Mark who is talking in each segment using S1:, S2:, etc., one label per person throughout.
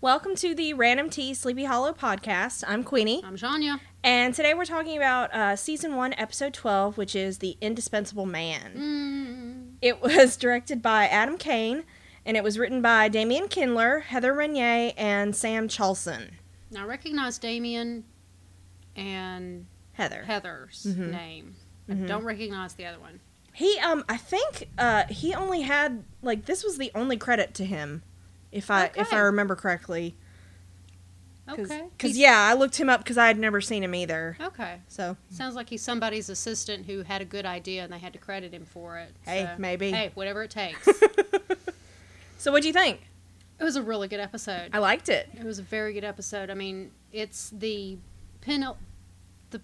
S1: Welcome to the Random Tea Sleepy Hollow podcast. I'm Queenie,
S2: I'm Janya.
S1: and today we're talking about uh, season one, episode 12, which is The Indispensable Man.
S2: Mm.
S1: It was directed by Adam Kane, and it was written by Damien Kindler, Heather Renier, and Sam Chalson.
S2: Now I recognize Damien and
S1: Heather.
S2: Heather's
S1: Mhm.
S2: name.
S1: Mhm.
S2: I don't recognize the other one.
S1: He, um, I think uh, he only had like this was the only credit to him, if I if I
S2: Okay.
S1: remember correctly. Cause,
S2: Okay.
S1: 'cause,
S2: He's-
S1: yeah, I looked him up because I had never seen him either.
S2: Okay.
S1: So
S2: Sounds like he's somebody's assistant who had a good idea and they had to credit him for it.
S1: hey,
S2: So,
S1: maybe.
S2: Hey, whatever it takes. it
S1: so what do you think?
S2: was a really good episode.
S1: I liked it.
S2: It was a very good episode. I mean, it's the penul the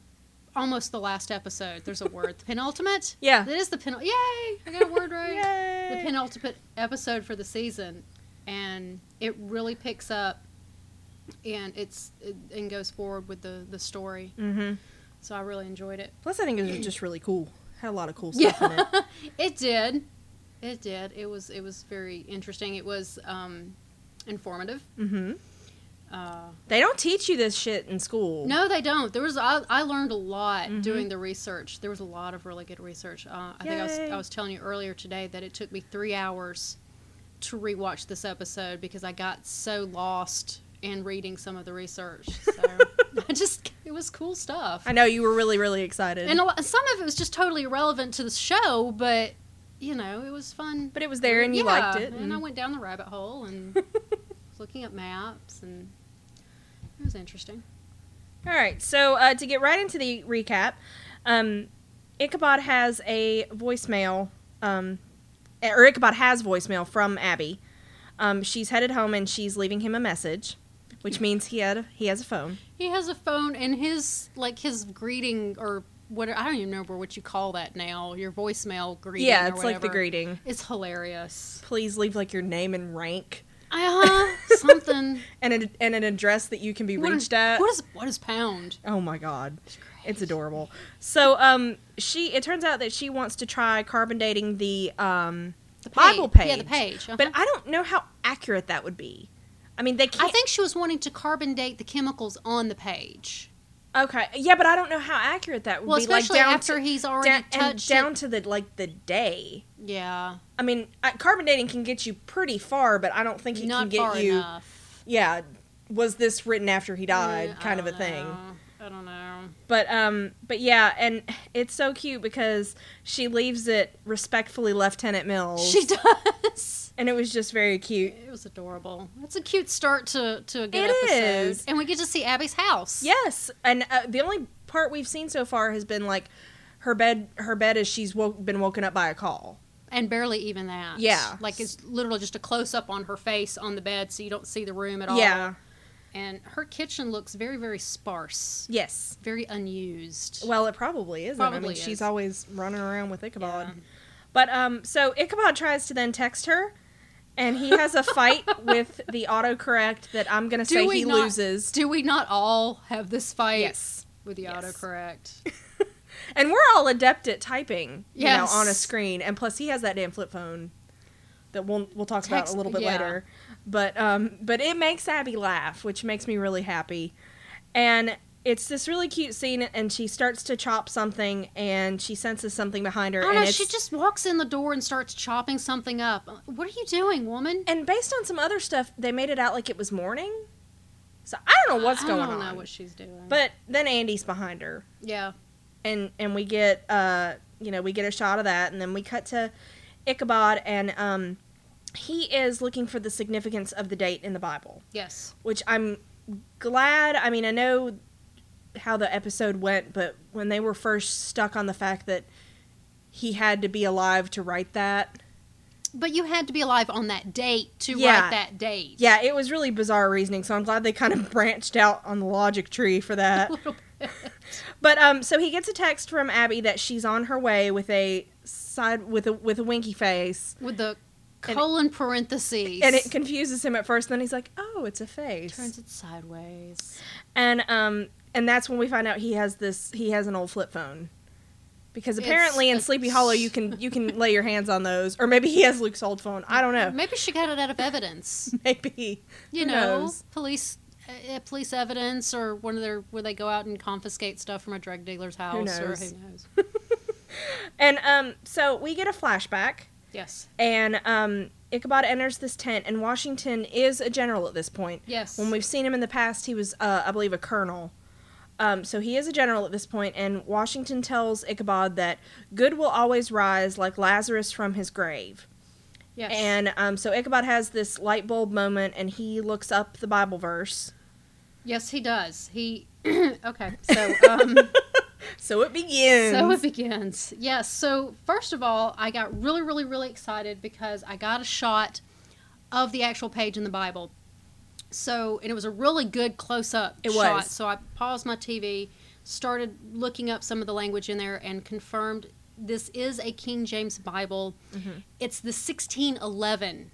S2: almost the last episode. There's a word. The penultimate?
S1: Yeah.
S2: That is the penul Yay! I got a word right. the
S1: Ah. Yay.
S2: penultimate episode for the season, and it really picks up and it's it, and goes forward with the the story.
S1: mm-hmm.
S2: So I really enjoyed it.
S1: Plus, I think it was just really cool. Had a lot of cool stuff in it.
S2: it did, it did. It was it was very interesting. It was um, informative.
S1: Mm-hmm.
S2: Uh,
S1: They don't teach you this shit in school.
S2: no, they don't. There was I, I learned a lot
S1: Mhm.
S2: doing the research. There was a lot of really good research. Uh, I think I was
S1: Yay.
S2: I was telling you earlier today that it took me three hours to rewatch this episode because I got so lost in reading some of the research. So I just it was cool stuff.
S1: I know you were really, really excited,
S2: And a lot, some of it was just totally irrelevant to the show, but you know it was fun.
S1: but it was there, and you
S2: Yeah,
S1: liked it.
S2: and I went down the rabbit hole and was looking at maps, and it was interesting.
S1: All right, so uh, to get right into the recap, um, Ichabod has a voicemail, um, or Ichabod has voicemail from Abby. Um, she's headed home and she's leaving him a message, which means he had he has a phone.
S2: He has a phone, and his like his greeting or what I don't even remember what you call that now. Your voicemail greeting.
S1: yeah,
S2: or
S1: it's like the
S2: whatever.
S1: greeting.
S2: It's hilarious.
S1: Please leave like your name and rank
S2: Uh huh. something.
S1: and an, and an address that you can be
S2: What is-
S1: reached at.
S2: What is what is pound?
S1: Oh my god.
S2: It's great.
S1: It's adorable. So um she it turns out that she wants to try carbon dating the um
S2: The
S1: Bible
S2: Yeah, the
S1: page.
S2: page. uh-huh.
S1: but I don't know how accurate that would be. I mean they can't
S2: I think she was wanting to carbon date the chemicals on the page.
S1: Okay. Yeah, but I don't know how accurate that would
S2: Well,
S1: be like
S2: especially
S1: down
S2: after
S1: to
S2: he's
S1: down,
S2: already
S1: and
S2: touched
S1: down to the like the day.
S2: It. Yeah,
S1: I mean, I, carbon dating can get you pretty far, but I don't think it
S2: not
S1: can get
S2: far
S1: you
S2: enough.
S1: Yeah, was this written after he died
S2: Mm, I
S1: kind of a
S2: don't
S1: thing.
S2: know. I don't know.
S1: But um but yeah, and it's so cute because she leaves it respectfully Lieutenant Mills.
S2: She does.
S1: and it was just very cute.
S2: It was adorable. That's a cute start to, to a
S1: It
S2: good episode.
S1: is.
S2: And we get to see Abby's house.
S1: Yes, and uh, the only part we've seen so far has been like her bed. Her bed is she's wo- been woken up by a call.
S2: And barely even that.
S1: Yeah.
S2: Like it's literally just a close up on her face on the bed so you don't see the room at all.
S1: Yeah.
S2: And her kitchen looks very, very sparse,
S1: Yes.
S2: very unused.
S1: Well, it probably isn't. I mean,
S2: Probably
S1: she's
S2: is.
S1: always running around with Ichabod.
S2: Yeah.
S1: But um, so Ichabod tries to then text her, and he has a fight with the autocorrect that I'm gonna
S2: Do
S1: say
S2: we
S1: he
S2: not-
S1: loses.
S2: Do we not all have this fight
S1: Yes.
S2: with the
S1: Yes.
S2: autocorrect?
S1: And we're all adept at typing, you
S2: Yes.
S1: know, on a screen. And plus, he has that damn flip phone that we'll we'll talk about
S2: Text-
S1: a little bit
S2: yeah.
S1: later. But um, but it makes Abby laugh, which makes me really happy. And it's this really cute scene, and she starts to chop something, and she senses something behind her,
S2: I don't
S1: and
S2: know.
S1: it's.
S2: She just walks in the door and starts chopping something up. What are you doing, woman?
S1: and based on some other stuff, they made it out like it was morning. So I don't know what's
S2: I
S1: going
S2: don't
S1: on.
S2: know what she's doing.
S1: but then Andy's behind her,
S2: yeah.
S1: and and we get uh you know we get a shot of that and then we cut to ichabod and um he is looking for the significance of the date in the bible
S2: Yes.
S1: which i'm glad i mean i know how the episode went but when they were first stuck on the fact that he had to be alive to write that
S2: But you had to be alive on that date to
S1: Yeah.
S2: write that date.
S1: yeah it was really bizarre reasoning so i'm glad they kind of branched out on the logic tree for that
S2: A little bit.
S1: But um, so he gets a text from Abby that she's on her way with a side with a with a winky face,
S2: With the
S1: And-
S2: colon parentheses.
S1: and it confuses him at first. Then he's like, "Oh, it's a face,"
S2: turns it sideways.
S1: and um, and that's when we find out he has this he has an old flip phone, because
S2: It's
S1: apparently in
S2: a-
S1: Sleepy Hollow you can you can lay your hands on those, or maybe he has Luke's old phone. I don't know.
S2: Maybe she got it out of evidence.
S1: Maybe
S2: You
S1: Who
S2: know,
S1: knows?
S2: police uh, uh, police evidence or one of their where they go out and confiscate stuff from a drug dealer's house or
S1: knows?
S2: who knows.
S1: And um, so we get a flashback,
S2: Yes.
S1: and um, Ichabod enters this tent, and Washington is a general at this point.
S2: Yes.
S1: When we've seen him in the past, he was, uh, I believe, a colonel. Um, so he is a general at this point, and Washington tells Ichabod that good will always rise like Lazarus from his grave.
S2: yes.
S1: And um, so Ichabod has this light bulb moment, and he looks up the Bible verse.
S2: Yes, he does. He okay. So um
S1: So it begins.
S2: so it begins. Yes. So first of all, I got really, really, really excited because I got a shot of the actual page in the Bible. So and it was a really good close up
S1: It
S2: shot.
S1: was.
S2: So I paused my TV, started looking up some of the language in there, and confirmed this is a King James Bible.
S1: Mm-hmm.
S2: It's the 1611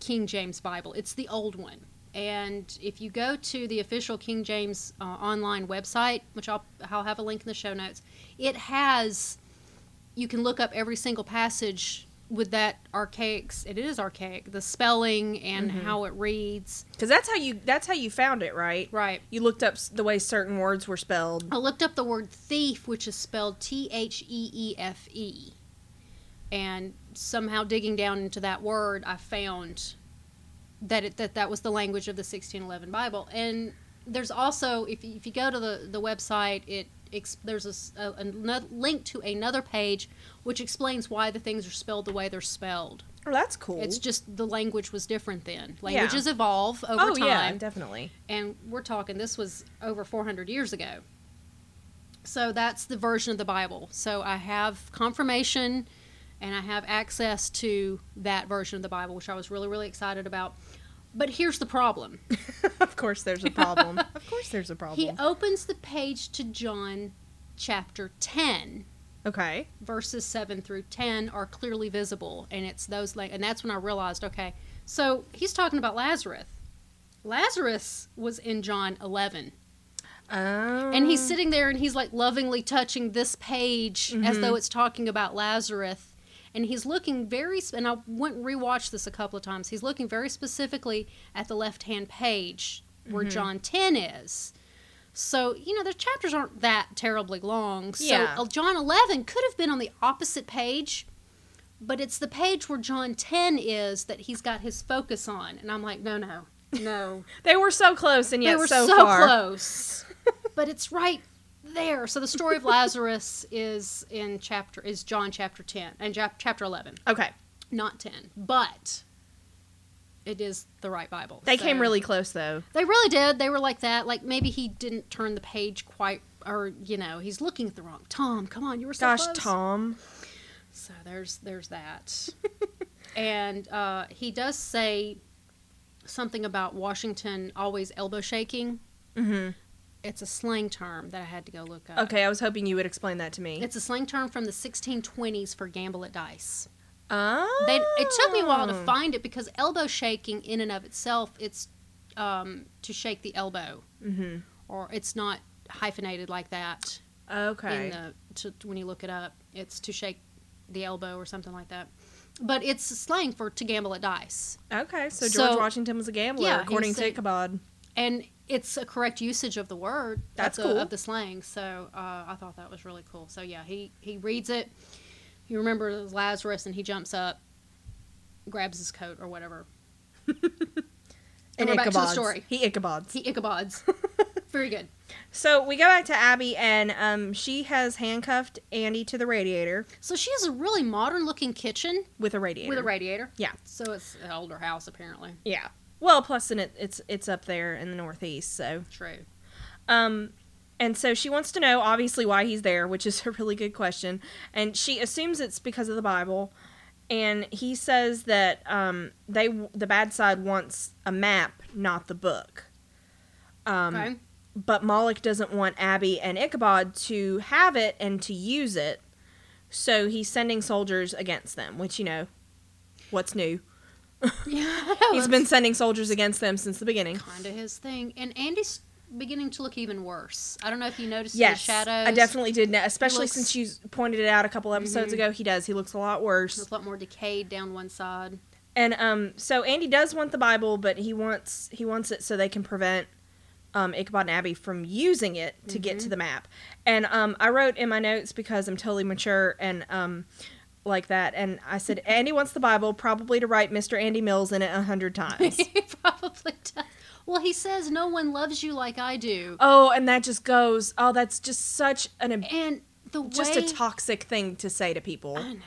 S2: King James Bible. It's the old one. And if you go to the official King James uh, online website, which I'll, I'll have a link in the show notes, it has, you can look up every single passage with that archaic, it is archaic, the spelling and how it reads.
S1: because that's how you that's how you found it, right?
S2: Right.
S1: You looked up s- the way certain words were spelled.
S2: I looked up the word thief, which is spelled T H E E F E. And somehow digging down into that word, I found that it, that, that was the language of the 1611 Bible. And there's also, if you, if you go to the, the website, it ex, there's a s- a, a no- link to another page which explains why the things are spelled the way they're spelled.
S1: Oh, that's cool.
S2: It's just the language was different then.
S1: Yeah.
S2: Languages evolve over
S1: oh
S2: time
S1: yeah, definitely.
S2: and we're talking this was over 400 years ago so that's the version of the bible so i have confirmation and i have access to that version of the bible which i was really really excited about but here's the problem
S1: of course, there's a problem. of course, there's a problem.
S2: he opens the page to john chapter 10
S1: okay.
S2: verses 7 through 10 are clearly visible and it's those like and that's when i realized okay so he's talking about lazarus lazarus was in john 11
S1: Um,
S2: and he's sitting there and he's like lovingly touching this page as though it's talking about Lazarus. And he's looking very, sp- and I went and rewatched this a couple of times. He's looking very specifically at the left hand page where John 10 is. So, you know, the chapters aren't that terribly long. So,
S1: Yeah.
S2: uh, John 11 could have been on the opposite page, but it's the page where John 10 is that he's got his focus on. And I'm like, no, no, no.
S1: They were so close, and yet
S2: they were
S1: so,
S2: so,
S1: far.
S2: close but it's right there so the story of lazarus is in chapter is john chapter 10 and chap- chapter 11
S1: Okay,
S2: not 10 but it is the right bible
S1: they
S2: So-
S1: came really close though.
S2: they really did they were like that like maybe he didn't turn the page quite or you know he's looking at the wrong tom come on you were so
S1: Gosh,
S2: close.
S1: Tom.
S2: So there's there's that, and uh, he does say something about Washington always elbow shaking.
S1: Mhm.
S2: It's a slang term that I had to go look up.
S1: Okay, I was hoping you would explain that to me.
S2: It's a slang term from the 1620s for gamble at dice.
S1: oh,
S2: They, it took me a while to find it because elbow shaking, in and of itself, it's um, to shake the elbow,
S1: Mm-hmm.
S2: or it's not hyphenated like that in
S1: Okay.
S2: the to, when you look it up. It's to shake the elbow or something like that. But it's slang for to gamble at dice,
S1: okay, so George
S2: So-
S1: Washington was a gambler,
S2: Yeah, he
S1: according to
S2: said-
S1: Ichabod.
S2: and it's a correct usage of the word.
S1: That's
S2: of the,
S1: cool.
S2: of the slang. So uh, I thought that was really cool. So yeah, he he reads it. He remembers Lazarus, and he jumps up, grabs his coat or whatever.
S1: And
S2: we're back to the
S1: Ichabod's.
S2: story.
S1: He Ichabods.
S2: He Ichabods. Very good.
S1: So we go back to Abby, and um, she has handcuffed Andy to the radiator
S2: So she has a really modern looking kitchen
S1: with a radiator.
S2: with a radiator.
S1: Yeah.
S2: So it's an older house apparently.
S1: Yeah. Well, plus, and it, it's it's up there in the Northeast, so
S2: True.
S1: Um, and so she wants to know, obviously, why he's there, which is a really good question. And she assumes it's because of the Bible. And he says that um, they the bad side wants a map, not the book. Um,
S2: okay.
S1: But Moloch doesn't want Abby and Ichabod to have it and to use it. So he's sending soldiers against them, which, you know, what's new?
S2: Yeah. Oh,
S1: He's been sending soldiers against them since the beginning.
S2: kind of his thing. And Andy's beginning to look even worse. I don't know if you noticed
S1: Yes,
S2: the shadows.
S1: I definitely did. Know, especially
S2: looks-
S1: since you pointed it out a couple episodes
S2: Mhm.
S1: ago, he does. He looks a lot worse.
S2: There's a lot more decayed down one side.
S1: And um, so Andy does want the Bible, but he wants he wants it so they can prevent um, Ichabod and Abby from using it to get
S2: Mm-hmm.
S1: to the map. And um, I wrote in my notes because I'm totally mature and um, like that. And I said Andy wants the Bible, probably to write Mr. Andy Mills in it a hundred times.
S2: he probably does. Well, he says no one loves you like I do,
S1: oh, and that just goes. Oh, that's just such an ab-
S2: and the way
S1: just a toxic thing to say to people.
S2: I know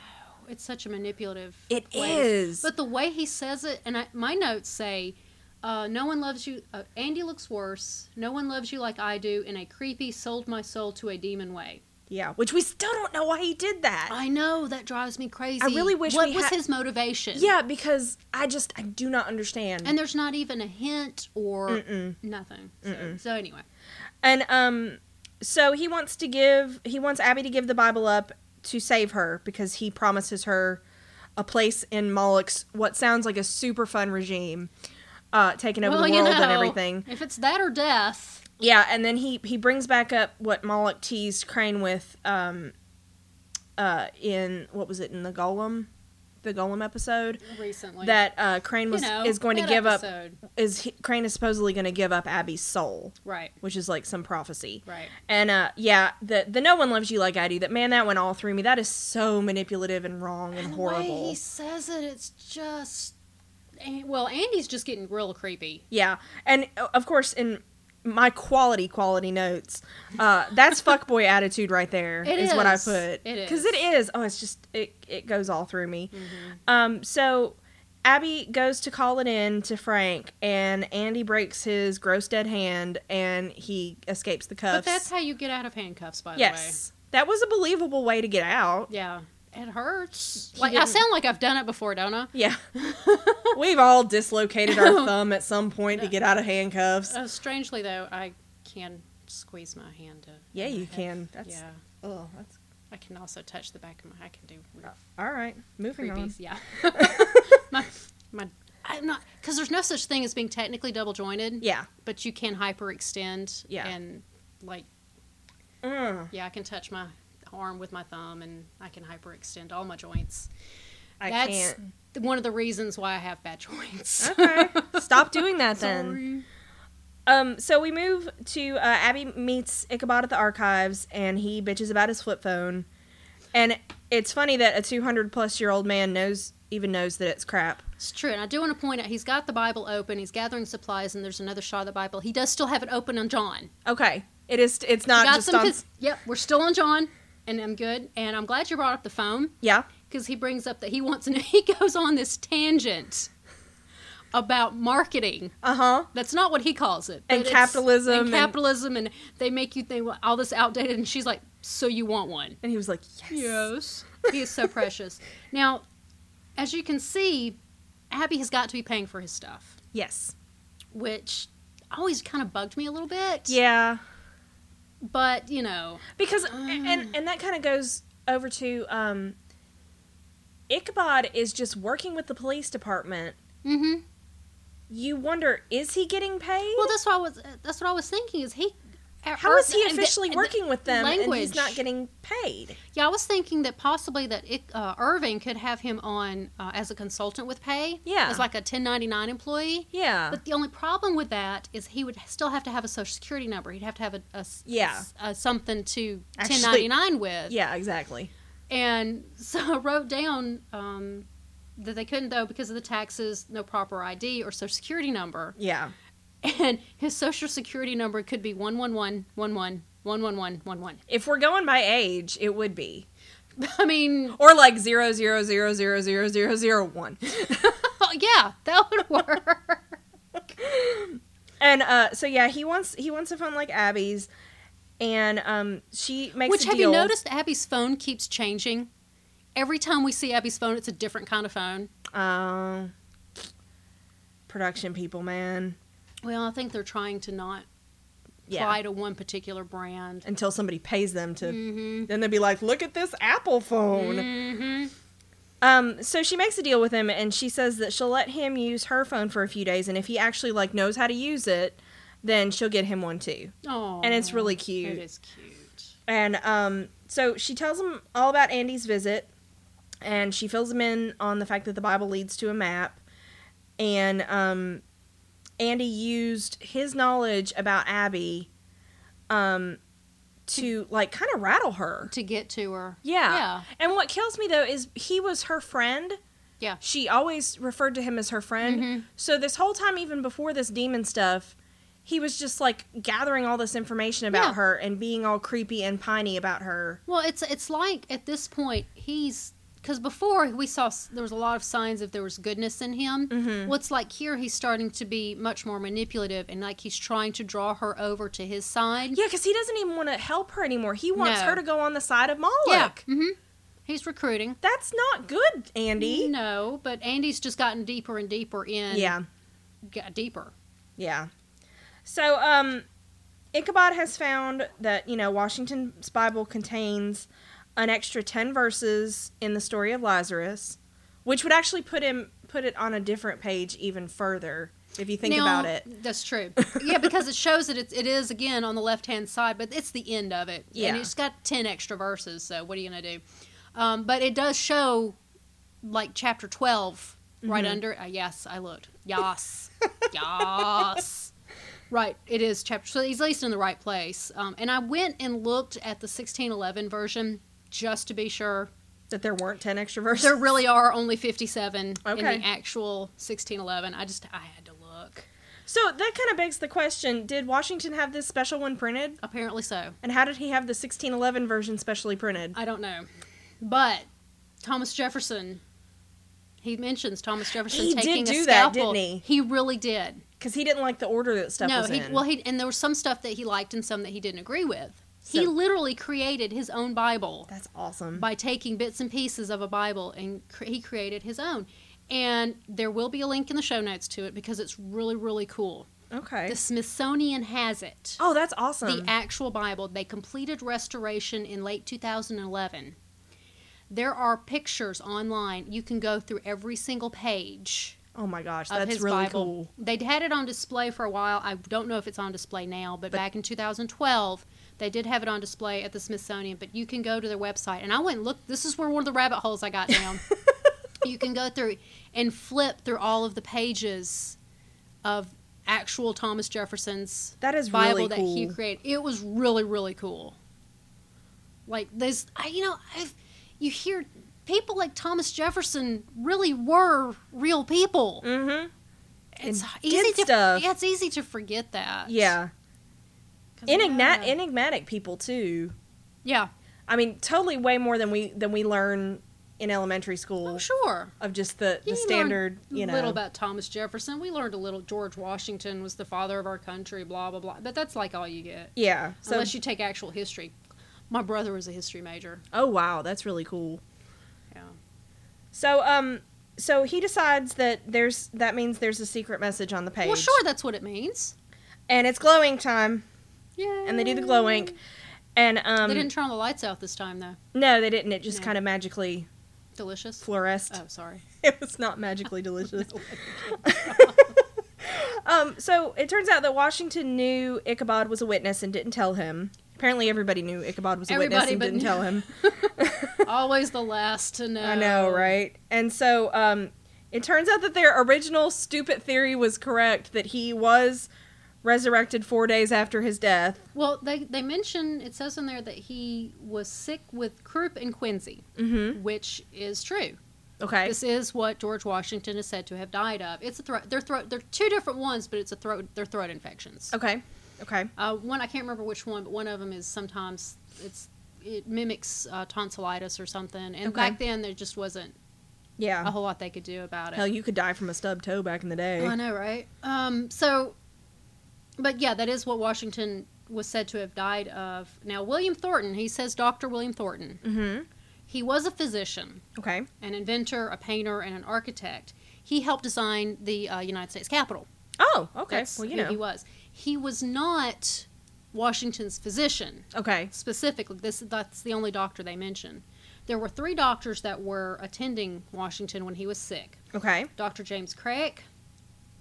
S2: it's such a manipulative.
S1: It is.
S2: way. But the way he says it, and I, my notes say, uh, "No one loves you." Uh, Andy looks worse. No one loves you like I do. In a creepy, sold my soul to a demon way.
S1: Yeah, which we still don't know why he did that.
S2: I know that drives me crazy.
S1: really wish
S2: what
S1: we
S2: was
S1: had-
S2: his motivation?
S1: yeah, because I just I do not understand.
S2: and there's not even a hint or nothing. So, so anyway,
S1: And um so he wants to give he wants Abby to give the Bible up to save her because he promises her a place in Moloch's what sounds like a super fun regime. Uh, taking over
S2: well,
S1: the
S2: you
S1: world
S2: know,
S1: and everything.
S2: If it's that or death,
S1: Yeah, and then he he brings back up what Moloch teased Crane with um uh in what was it in the Golem? The Golem episode
S2: recently
S1: that uh Crane
S2: you
S1: was
S2: know,
S1: is going to
S2: that
S1: give up
S2: episode.
S1: is he, Crane is supposedly going to give up Abby's soul,
S2: Right,
S1: which is like some prophecy.
S2: right.
S1: And uh, yeah, the the no one loves you like I do. That man, that went all through me. That is so manipulative and wrong and,
S2: And the way
S1: horrible.
S2: he says it, it's just. and- Well, Andy's just getting real creepy.
S1: Yeah, and uh, of course in my quality quality notes, uh, that's fuckboy attitude right there.
S2: It
S1: is what I
S2: is.
S1: put.
S2: It
S1: because
S2: is. Mm-hmm.
S1: it is. Oh, it's just it it goes all through me. Um, so. Abby goes to call it in to Frank, and Andy breaks his gross dead hand, and he escapes the cuffs.
S2: But that's how you get out of handcuffs, by
S1: yes, that was a believable way to get out.
S2: the way. Yeah, it hurts.
S1: He
S2: Like I
S1: didn't-
S2: sound like I've done it before, don't I?
S1: Yeah. We've all dislocated our thumb at some point to get out of handcuffs.
S2: Uh, strangely though, I can squeeze my hand. To
S1: Yeah, you
S2: my head.
S1: can. That's
S2: yeah,
S1: oh, that's
S2: I can also touch the back of my. I can do weird
S1: all right. Moving on.
S2: creepies. Yeah, my my. I'm not because there's no such thing as being technically double jointed.
S1: Yeah.
S2: but you can hyperextend.
S1: Yeah.
S2: and like
S1: Mm,
S2: yeah, I can touch my arm with my thumb, and I can hyperextend all my joints.
S1: I
S2: That's
S1: can't.
S2: th- one of the reasons why I have bad joints.
S1: Okay. Stop doing that then.
S2: Sorry.
S1: Um so we move to uh, Abby meets Ichabod at the archives and he bitches about his flip phone. And it's funny that a 200 plus year old man knows even knows that it's crap.
S2: It's true, and I do want to point out he's got the Bible open. He's gathering supplies, and there's another shot of the Bible. He does still have it open on John.
S1: Okay. It is it's
S2: We
S1: not
S2: got
S1: just
S2: some.
S1: on
S2: cons- yep, we're still on John, and I'm good. And I'm glad you brought up the phone
S1: Yeah.
S2: because he brings up that he wants and he goes on this tangent about marketing.
S1: Uh-huh.
S2: That's not what he calls it.
S1: And
S2: but it's-
S1: capitalism
S2: and
S1: and-
S2: capitalism, and they make you think well, all this outdated. And she's like, "So you want one?"
S1: And he was like, "Yes."
S2: Yes. he is so precious. Now, as you can see, Abby has got to be paying for his stuff,
S1: Yes.
S2: which always kind of bugged me a little bit.
S1: Yeah.
S2: But, you know,
S1: because and and that kind of goes over to um Ichabod is just working with the police department.
S2: hmm
S1: You wonder is he getting paid?
S2: well, that's what I was, that's what I was thinking is he. at
S1: how
S2: first-
S1: is he
S2: and the-
S1: officially
S2: and the
S1: working with them and he's not
S2: language-
S1: getting paid?
S2: Yeah, I was thinking that possibly that it, uh, Irving could have him on uh, as a consultant with pay.
S1: Yeah.
S2: As like a 1099 employee.
S1: Yeah.
S2: But the only problem with that is he would still have to have a social security number. He'd have to have a, a s-
S1: Yeah.
S2: s- a something to
S1: Actually-
S2: 1099 with.
S1: yeah, exactly.
S2: And so I wrote down um, that they couldn't though because of the taxes, no proper ID or social security number.
S1: Yeah.
S2: And his social security number could be one one one one one one one one one one.
S1: If we're going by age, it would be
S2: I mean,
S1: or like zero zero zero zero zero zero zero one.
S2: yeah, that would work.
S1: And uh, so yeah, he wants he wants a phone like Abby's, and um, she makes
S2: Which
S1: a
S2: have
S1: deal.
S2: you noticed Abby's phone keeps changing? Every time we see Abby's phone, it's a different kind of phone.
S1: Um, production people, man.
S2: Well, I think they're trying to not
S1: Yeah.
S2: apply to one particular brand.
S1: until somebody pays them to
S2: Mm-hmm.
S1: then they'd be like look at this apple phone
S2: Mm-hmm.
S1: um so she makes a deal with him and she says that she'll let him use her phone for a few days and if he actually like knows how to use it then she'll get him one too.
S2: Oh,
S1: And it's really cute.
S2: It is cute.
S1: And um, so she tells him all about Andy's visit, and she fills him in on the fact that the Bible leads to a map. And um, Andy used his knowledge about Abby um, to, like, kind of rattle her.
S2: To get to her.
S1: Yeah.
S2: Yeah.
S1: And what kills me, though, is he was her friend.
S2: Yeah.
S1: She always referred to him as her friend.
S2: Mm-hmm.
S1: So this whole time, even before this demon stuff, he was just like gathering all this information about
S2: Yeah.
S1: her and being all creepy and piney about her.
S2: Well, it's it's like at this point he's because before we saw s- there was a lot of signs of there was goodness in him.
S1: Mhm.
S2: What's like here, he's starting to be much more manipulative and like he's trying to draw her over to his side.
S1: Yeah, because he doesn't even want to help her anymore. He wants
S2: No.
S1: her to go on the side of Moloch.
S2: hmm He's recruiting.
S1: That's not good, Andy.
S2: No, but Andy's just gotten deeper and deeper in.
S1: Yeah,
S2: Got deeper.
S1: yeah. So, um, Ichabod has found that, you know, Washington's Bible contains an extra 10 verses in the story of Lazarus, which would actually put him put it on a different page even further if you think
S2: Now,
S1: about it.
S2: That's true. yeah, because it shows that it, it is again on the left hand side, but it's the end of it.
S1: Yeah.
S2: and it's got ten extra verses. So what are you gonna do? Um, but it does show, like chapter 12 right
S1: Mhm.
S2: under. Uh, yes, I looked. Yas, yas. Right, it is chapter. So he's at least in the right place. Um, and I went and looked at the sixteen eleven version just to be sure.
S1: That there weren't 10 extra verses.
S2: There really are only fifty seven in
S1: Okay.
S2: the actual sixteen eleven. I just I had to look.
S1: So that kind of begs the question, did Washington have this special one printed?
S2: Apparently so.
S1: And how did he have the 1611 version specially printed?
S2: I don't know. But Thomas Jefferson, he mentions Thomas Jefferson
S1: He did
S2: taking a
S1: do that,
S2: scalpel.
S1: didn't he?
S2: really did.
S1: Because he didn't like the order that stuff
S2: no,
S1: was
S2: he
S1: in.
S2: well he and there was some stuff that he liked and some that he didn't agree with. he
S1: So-
S2: literally created his own Bible
S1: That's awesome.
S2: by taking bits and pieces of a Bible and cre- he created his own. And there will be a link in the show notes to it because it's really really cool.
S1: Okay.
S2: The Smithsonian has it.
S1: oh, that's awesome.
S2: the actual Bible. They completed restoration in late 2011. There are pictures online. You can go through every single page
S1: oh my gosh,
S2: of
S1: that's
S2: his
S1: really
S2: Bible.
S1: cool.
S2: They'd had it on display for a while. I don't know if it's on display now, but,
S1: But-
S2: back in 2012, they did have it on display at the Smithsonian. But you can go to their website, and I went and looked. This is where one of the rabbit holes I got down. you can go through and flip through all of the pages of actual Thomas Jefferson's
S1: That is
S2: Bible
S1: really
S2: that
S1: cool.
S2: he created. It was really really cool. Like this, I you know, I've, you hear people like Thomas Jefferson really were real people.
S1: mm-hmm.
S2: It's
S1: And
S2: easy
S1: did
S2: to
S1: stuff.
S2: yeah, it's easy to forget that.
S1: Yeah.
S2: 'Cause,
S1: Enigma-
S2: yeah.
S1: enigmatic people too.
S2: yeah,
S1: I mean, totally way more than we than we learn in elementary school
S2: oh sure.
S1: of just the,
S2: Yeah,
S1: the
S2: you learn
S1: standard, you know.
S2: A little about Thomas Jefferson. We learned a little. George Washington was the father of our country. Blah blah blah. But that's like all you get
S1: Yeah. So
S2: unless you take actual history. My brother was a history major.
S1: Oh wow, that's really cool.
S2: Yeah.
S1: So um so he decides that there's that means there's a secret message on the page.
S2: Well, sure, that's what it means.
S1: And it's glow ink time
S2: Yeah.
S1: and they do the glow ink and um
S2: they didn't turn the lights out this time though.
S1: no, they didn't. It just
S2: No.
S1: kind of magically
S2: Delicious.
S1: fluoresced.
S2: Oh, sorry.
S1: it was not magically delicious. um, so it turns out that Washington knew Ichabod was a witness and didn't tell him. Apparently, everybody knew Ichabod was a witness
S2: Everybody
S1: and didn't
S2: but me.
S1: tell him.
S2: Always the last to know.
S1: I know, right? And so um, it turns out that their original stupid theory was correct that he was resurrected four days after his death.
S2: Well, they they mention it says in there that he was sick with croup and quinsy,
S1: Mm-hmm.
S2: which is true.
S1: Okay.
S2: This is what George Washington is said to have died of. It's a throat. They're throat. They're two different ones, but it's a throat. They're throat infections.
S1: okay. Okay.
S2: Uh, one I can't remember which one, but one of them is sometimes it's it mimics uh, tonsillitis or something. And
S1: Okay.
S2: back then there just wasn't a
S1: Yeah.
S2: whole Oh, lot they could do about it.
S1: Hell, you could die from a stub toe back in the day.
S2: I know, right? Um, so, but yeah, that is what Washington was said to have died of. Now, William Thornton, he says Dr. William Thornton.
S1: Mm-hmm.
S2: He was a physician,
S1: Okay.
S2: an inventor, a painter, and an architect. He helped design the uh, United States Capitol.
S1: Oh, okay.
S2: That's
S1: well, you
S2: who
S1: know.
S2: he was. He was not Washington's physician
S1: Okay.
S2: specifically. This that's the only doctor they mention. There were three doctors that were attending Washington when he was sick.
S1: Okay.
S2: Dr. James Craig,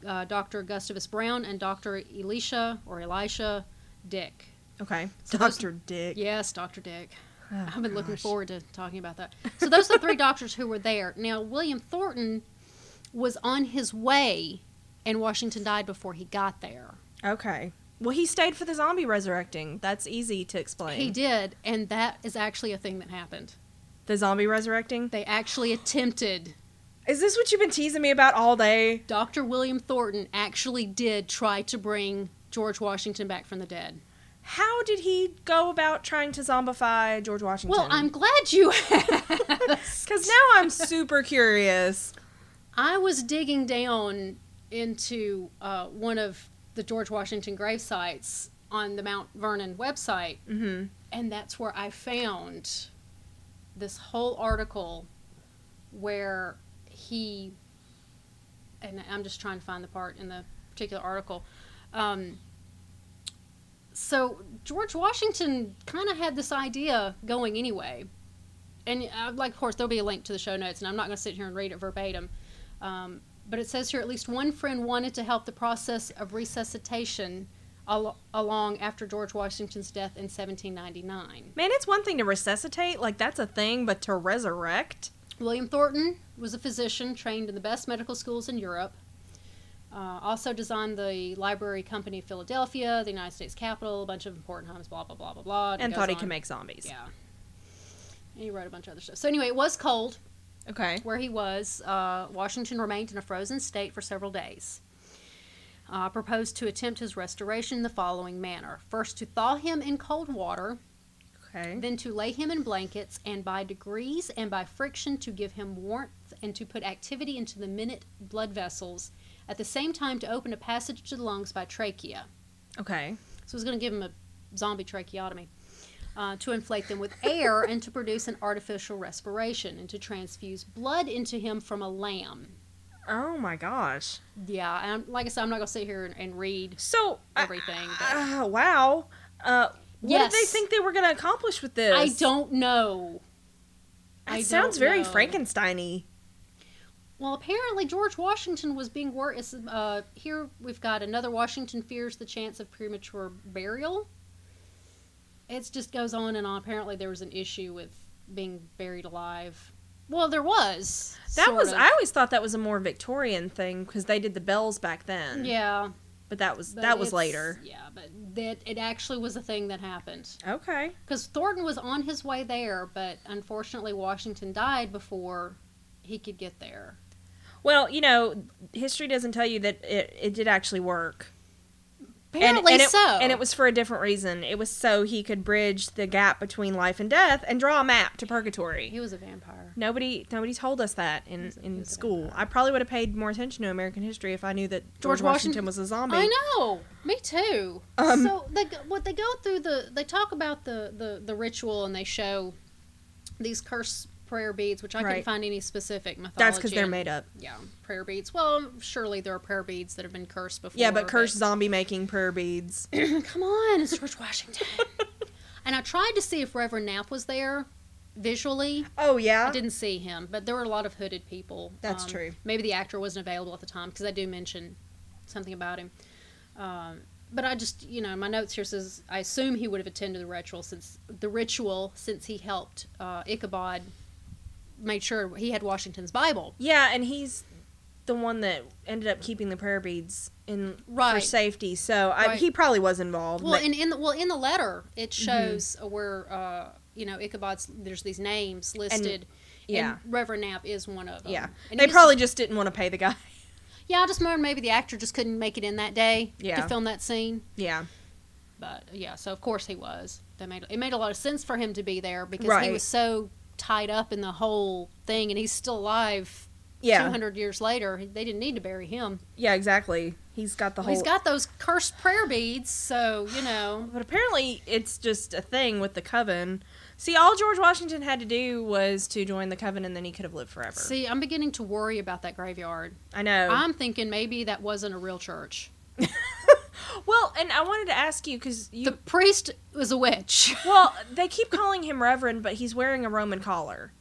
S2: uh, Dr. Gustavus Brown and Dr. Elisha or Elisha Dick.
S1: Okay.
S2: So those-
S1: Dr. Dick.
S2: Yes, Dr. Dick.
S1: Oh,
S2: I've been looking
S1: gosh.
S2: forward to talking about that. So those are the three doctors who were there. Now William Thornton was on his way, and Washington died before he got there.
S1: Okay. Well, he stayed for the zombie resurrecting. That's easy to explain.
S2: He did, and that is actually a thing that happened.
S1: The zombie resurrecting?
S2: They actually attempted.
S1: Is this what you've been teasing me about all day?
S2: Dr. William Thornton actually did try to bring George Washington back from the dead.
S1: How did he go about trying to zombify George Washington?
S2: Well, I'm glad you asked.
S1: Because now I'm super curious.
S2: I was digging down into uh, one of the George Washington grave sites on the Mount Vernon website,
S1: Mm-hmm.
S2: and that's where I found this whole article where he, and I'm just trying to find the part in the particular article. Um, so George Washington kind of had this idea going anyway, and uh, like, of course, there'll be a link to the show notes, and I'm not going to sit here and read it verbatim. Um, but it says here at least one friend wanted to help the process of resuscitation al- along after George Washington's death in 1799.
S1: Man, it's one thing to resuscitate, like that's a thing, but to resurrect?
S2: William Thornton was a physician trained in the best medical schools in Europe. Uh, also designed the Library Company of Philadelphia, the United States Capitol, a bunch of important homes, blah blah blah blah blah. it
S1: And
S2: goes
S1: thought he
S2: on.
S1: could make zombies.
S2: Yeah. And he wrote a bunch of other stuff. So anyway, it was cold
S1: Okay.
S2: where he was, uh, Washington remained in a frozen state for several days. Uh, proposed to attempt his restoration in the following manner: first to thaw him in cold water,
S1: Okay.
S2: then to lay him in blankets, and by degrees and by friction to give him warmth, and to put activity into the minute blood vessels, at the same time to open a passage to the lungs by trachea.
S1: Okay.
S2: So it's going to give him a zombie tracheotomy. Uh, to inflate them with air and to produce an artificial respiration and to transfuse blood into him from a lamb.
S1: Oh my gosh.
S2: Yeah, and I'm- like I said, I'm not going to sit here and, and read.
S1: So I-
S2: Everything,
S1: I- uh, wow. Uh, what did they
S2: Yes.
S1: think they were going to accomplish with this?
S2: I don't know.
S1: It
S2: I
S1: sounds
S2: don't
S1: very
S2: know.
S1: Frankenstein-y.
S2: Well, apparently George Washington was being wor is, Uh, here we've got another Washington fears the chance of premature burial. It just goes on and on. Apparently, there was an issue with being buried alive. Well, there was.
S1: That
S2: sort
S1: was.
S2: of.
S1: I always thought that was a more Victorian thing because they did the bells back then.
S2: Yeah,
S1: But that was
S2: but
S1: that was
S2: it's-
S1: later.
S2: Yeah, but that it actually was a thing that happened.
S1: Okay.
S2: because Thornton was on his way there, but unfortunately Washington died before he could get there.
S1: Well, you know, history doesn't tell you that it, it did actually work. And,
S2: Apparently
S1: and it,
S2: so.
S1: And it was for a different reason. It was so he could bridge the gap between life and death and draw a map to purgatory.
S2: he was a vampire.
S1: Nobody nobody told us that in,
S2: He's a-
S1: in
S2: he's a
S1: school.
S2: vampire.
S1: I probably would have paid more attention to American history if I knew that George,
S2: George
S1: Washington,
S2: Washington-
S1: was a zombie.
S2: I know. Me too.
S1: Um,
S2: so they go- what they go through the they talk about the the the ritual and they show these curse prayer beads, which I
S1: Right.
S2: couldn't find any specific mythology.
S1: That's because they're
S2: in.
S1: made up.
S2: Yeah, prayer beads. Well, surely there are prayer beads that have been cursed before.
S1: Yeah, but cursed zombie making prayer beads.
S2: Come on, it's George Washington. and I tried to see if Reverend Knapp was there visually.
S1: Oh yeah.
S2: I didn't see him, but there were a lot of hooded people.
S1: That's
S2: Um,
S1: true.
S2: Maybe the actor wasn't available at the time because I do mention something about him. Um, but I just, you know, my notes here says I assume he would have attended the ritual since the ritual since he helped uh, Ichabod made sure he had Washington's Bible.
S1: Yeah, and he's the one that ended up keeping the prayer beads in for
S2: Right.
S1: safety. So I,
S2: Right.
S1: he probably was involved.
S2: Well,
S1: but-
S2: in in the, well in the letter it
S1: Mm-hmm.
S2: shows where uh, you know Ichabod's there's these names listed. And,
S1: yeah.
S2: Reverend Knapp is one of them.
S1: yeah,
S2: and
S1: they
S2: he was-
S1: probably just didn't want to pay the guy.
S2: Yeah, I just learned maybe the actor just couldn't make it in that day
S1: Yeah.
S2: to film that scene.
S1: Yeah,
S2: But yeah, so of course he was. That made it made a lot of sense for him to be there because
S1: Right.
S2: he was so tied up in the whole thing, and he's still alive.
S1: yeah,
S2: 200 years later, he- they didn't need to bury him.
S1: yeah. Exactly. He's got the
S2: Well,
S1: whole.
S2: he's got those cursed prayer beads, so you know.
S1: but apparently, it's just a thing with the coven. See, all George Washington had to do was to join the coven, and then he could have lived forever.
S2: See, I'm beginning to worry about that graveyard.
S1: I know.
S2: I'm thinking maybe that wasn't a real church.
S1: well, and I wanted to ask you because you.
S2: The priest was a witch.
S1: well, they keep calling him Reverend, but he's wearing a Roman collar.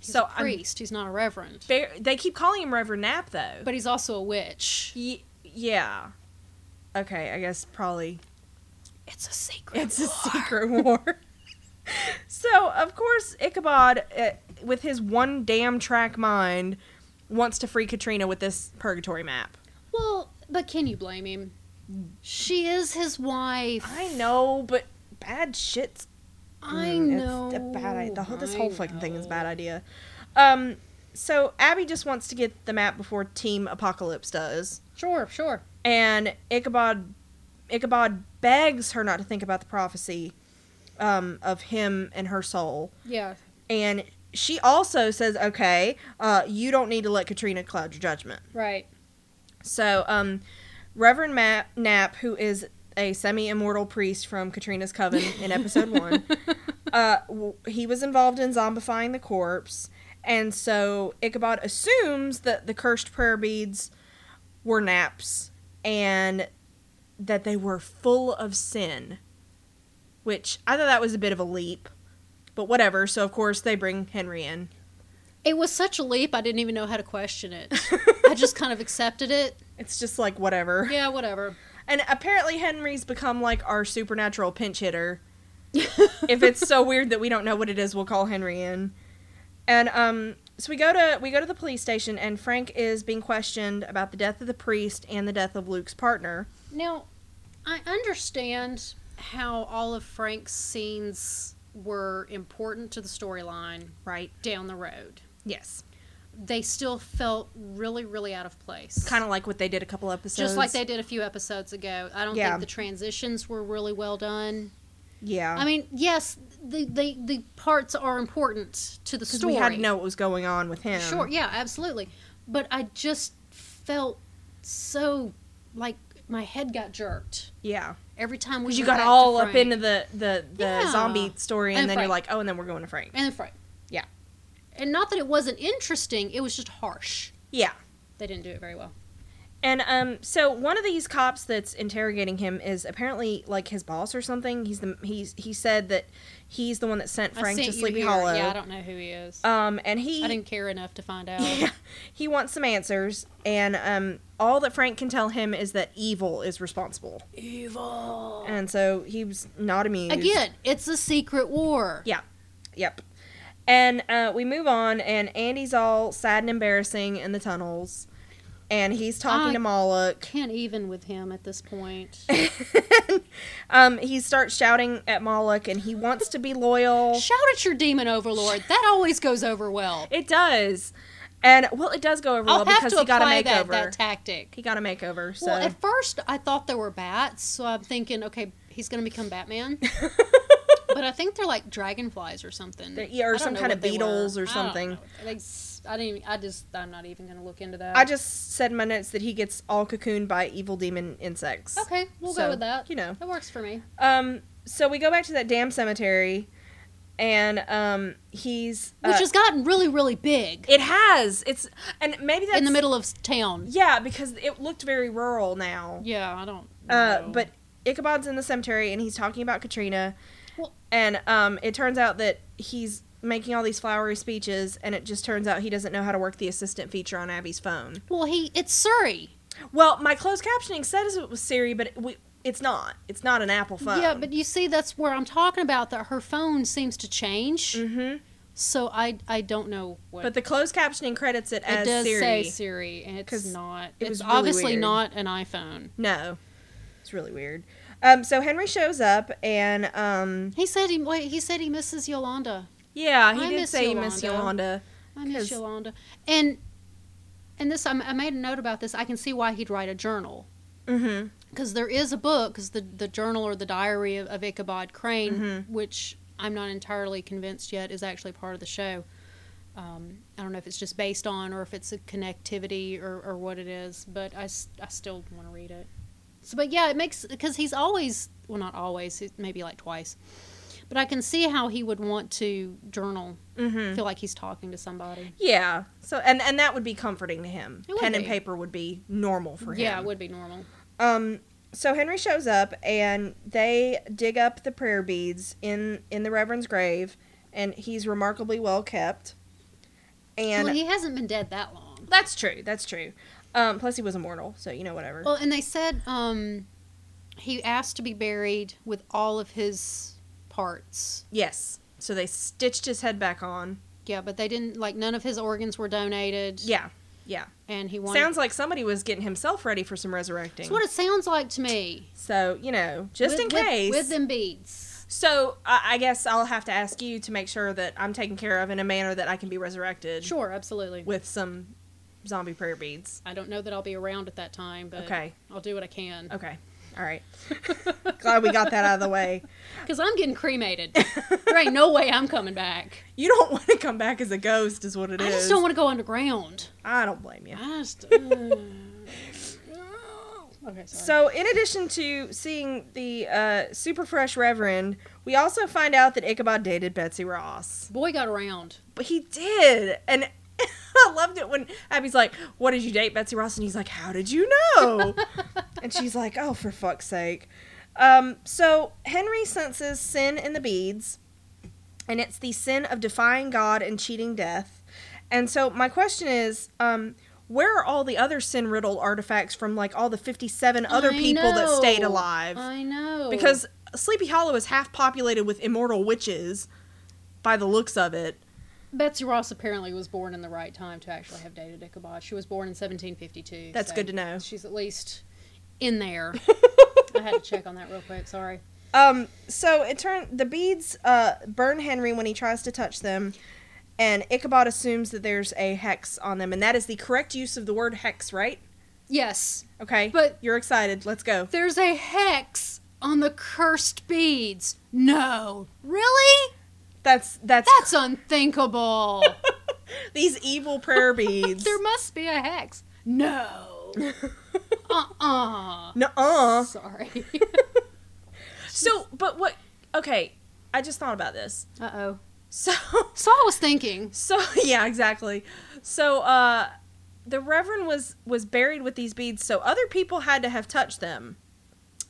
S2: He's
S1: So
S2: a
S1: I'm-
S2: priest. he's not a reverend,
S1: They, they keep calling him Reverend Knapp though.
S2: but he's also a witch.
S1: Ye- yeah. Okay, I guess probably
S2: It's a secret.
S1: it's a secret war. so, of course, Ichabod, uh, with his one damn track mind, wants to free Katrina with this purgatory map.
S2: Well, but can you blame him? She is his wife.
S1: I know, but bad shit's
S2: I
S1: Mm,
S2: know.
S1: It's a bad idea. The whole, this
S2: I
S1: whole fucking thing is a
S2: know.
S1: bad idea. Um, so Abby just wants to get the map before Team Apocalypse does,
S2: Sure, sure.
S1: and Ichabod Ichabod begs her not to think about the prophecy um, of him and her soul,
S2: Yeah.
S1: and she also says, "Okay, uh, you don't need to let Katrina cloud your judgment."
S2: Right.
S1: So, um, Reverend Matt Knapp, who is a semi immortal priest from Katrina's Coven in episode one, uh, w- he was involved in zombifying the corpse. And so Ichabod assumes that the cursed prayer beads were Knapp's and that they were full of sin, which I thought that was a bit of a leap, but whatever. So, of course, they bring Henry in.
S2: It was such a leap. I didn't even know how to question it. I just kind of accepted it.
S1: It's just like whatever.
S2: Yeah, whatever.
S1: And apparently Henry's become like our supernatural pinch hitter. if it's so weird that we don't know what it is, we'll call Henry in. And um so we go to we go to the police station and Frank is being questioned about the death of the priest and the death of Luke's partner.
S2: Now, I understand how all of Frank's scenes were important to the storyline
S1: Right.
S2: down the road.
S1: Yes.
S2: They still felt really, really out of place.
S1: Kind of like what they did a couple episodes.
S2: just like they did a few episodes ago. I don't
S1: Yeah.
S2: think the transitions were really well done.
S1: Yeah.
S2: I mean, yes, the the, the parts are important to the
S1: because
S2: story.
S1: we had to know what was going on with him.
S2: Sure, yeah, absolutely. But I just felt so like my head got jerked
S1: Yeah.
S2: every time we
S1: Because you got
S2: went back to
S1: all up
S2: Frank.
S1: into the the, the
S2: Yeah.
S1: zombie story, and,
S2: And
S1: then you're like,
S2: Frank.
S1: oh, and then we're going to Frank.
S2: and then Frank.
S1: Yeah.
S2: And not that it wasn't interesting, it was just harsh.
S1: Yeah.
S2: They didn't do it very well.
S1: And um, so one of these cops that's interrogating him is apparently like his boss or something. He's the he's he said that he's the one that sent
S2: I
S1: Frank
S2: sent
S1: to
S2: you
S1: Sleepy
S2: here.
S1: Hollow.
S2: Yeah, I don't know who he is.
S1: um, and he
S2: I didn't care enough to find out.
S1: yeah, he wants some answers, and um, all that Frank can tell him is that evil is responsible,
S2: Evil.
S1: and so he's not amused
S2: Again, it's a secret war.
S1: Yeah. Yep. And uh, we move on, and Andy's all sad and embarrassing in the tunnels, and he's talking
S2: I-
S1: to Moloch.
S2: Can't even with him at this point.
S1: um, he starts shouting at Moloch, and he wants to be loyal.
S2: Shout at your demon overlord. That always goes over well.
S1: It does, and well, it does go over well
S2: I'll have
S1: because
S2: to
S1: he got a
S2: apply
S1: makeover.
S2: that, that tactic.
S1: he got a makeover, so
S2: Well, at first I thought there were bats, so I'm thinking, okay, he's going to become Batman. but I think they're like dragonflies or something.
S1: They're- yeah, or
S2: I don't
S1: some
S2: know
S1: kind
S2: what
S1: of
S2: they were.
S1: beetles or
S2: I don't
S1: something.
S2: know. They s- I didn't. e, I just. I'm not even going to look into that.
S1: I just said in my notes that he gets all cocooned by evil demon insects.
S2: Okay, we'll
S1: So,
S2: go with that.
S1: you know.
S2: that works for me.
S1: Um, so we go back to that damn cemetery, and um, he's uh,
S2: Which has gotten really, really big
S1: it has it's and maybe that's
S2: in the middle of s- town.
S1: Yeah, because it looked very rural now.
S2: Yeah, I don't.
S1: Uh,
S2: know.
S1: but Ichabod's in the cemetery and he's talking about Katrina.
S2: Well-
S1: and um, it turns out that he's making all these flowery speeches, and it just turns out he doesn't know how to work the assistant feature on Abby's phone.
S2: well, he it's Surrey.
S1: Well, my closed captioning says it was Siri, but it, we, it's not. It's not an Apple phone.
S2: Yeah, but you see, that's where I'm talking about that her phone seems to change.
S1: hmm
S2: So I I don't know what.
S1: But the closed captioning credits it
S2: it
S1: as
S2: does
S1: Siri.
S2: say Siri, and
S1: 'Cause
S2: it's not.
S1: it
S2: it's
S1: was really
S2: obviously
S1: weird.
S2: not an iPhone.
S1: No, it's really weird. Um, so Henry shows up, and um,
S2: He said he wait, he said he misses Yolanda.
S1: yeah, he
S2: I
S1: did
S2: miss
S1: say he missed
S2: Yolanda.
S1: Yolanda.
S2: I miss
S1: 'Cause-
S2: Yolanda. And and this I'm, I made a note about this. I can see why he'd write a journal
S1: Mm-hmm.
S2: because there is a book because the the journal or the diary of, of Ichabod Crane,
S1: Mhm.
S2: which I'm not entirely convinced yet is actually part of the show. Um, I don't know if it's just based on or if it's a connectivity or, or what it is, but I, s- I still want to read it. So, but yeah, it makes because he's always well, not always, it- maybe like twice, but I can see how he would want to journal,
S1: Mm-hmm.
S2: feel like he's talking to somebody.
S1: Yeah. So and and that would be comforting to him.
S2: It would
S1: Pen and
S2: be.
S1: paper would be normal for him.
S2: Yeah, it would be normal.
S1: Um so Henry shows up and they dig up the prayer beads in in the reverend's grave and he's remarkably well kept. And
S2: well, he hasn't been dead that long.
S1: that's true. That's true. Um, plus, he was immortal, so you know whatever.
S2: Well, and they said um, he asked to be buried with all of his parts.
S1: yes. So they stitched his head back on.
S2: Yeah, but they didn't like none of his organs were donated.
S1: Yeah. Yeah.
S2: and he wanted.
S1: Sounds like somody was getting himself ready for some resurrecting.
S2: That's what it sounds like to me.
S1: So you know, just
S2: With-
S1: in
S2: with-
S1: case.
S2: with them beads.
S1: so I, I guess I'll have to ask you to make sure that I'm taken care of in a manner that I can be resurrected.
S2: Sure, absolutely.
S1: With some zombie prayer beads.
S2: I don't know that I'll be around at that time, but
S1: Okay.
S2: I'll do what I can
S1: Okay. All right. Glad we got that out of the way.
S2: because I'm getting cremated. there ain't no way I'm coming back.
S1: You don't want to come back as a ghost, is what it is.
S2: I just don't want to go underground.
S1: I don't blame you.
S2: I just. uh, okay, sorry.
S1: So, in addition to seeing the uh, super fresh Reverend, we also find out that Ichabod dated Betsy Ross.
S2: boy got around.
S1: But he did, and I loved it when Abby's like, "What did you date Betsy Ross?" And he's like, "How did you know?" and she's like, "Oh, for fuck's sake." Um, so Henry senses sin in the beads, and it's the sin of defying God and cheating death. And so my question is, um, where are all the other sin riddle artifacts from, like all the fifty-seven other
S2: I
S1: people that stayed
S2: know.
S1: alive?
S2: I know
S1: because Sleepy Hollow is half populated with immortal witches, by the looks of it.
S2: Betsy Ross apparently was born in the right time to actually have dated Ichabod. She was born in 1752.
S1: That's
S2: so
S1: good to know.
S2: She's at least in there. I had to check on that real quick. Sorry.
S1: Um, so it turned the beads uh, burn Henry when he tries to touch them, and Ichabod assumes that there's a hex on them, and that is the correct use of the word hex, right?
S2: Yes,
S1: Okay,
S2: But-
S1: you're excited. Let's go.
S2: there's a hex on the cursed beads. No, really?
S1: That's that's,
S2: That's unthinkable.
S1: these evil prayer beads.
S2: there must be a hex. No. Uh-uh.
S1: Nuh-uh.
S2: Sorry.
S1: So, but what? Okay, I just thought about this.
S2: Uh-oh.
S1: So,
S2: So I was thinking.
S1: so yeah, exactly. So, uh, the Reverend was was buried with these beads, so other people had to have touched them.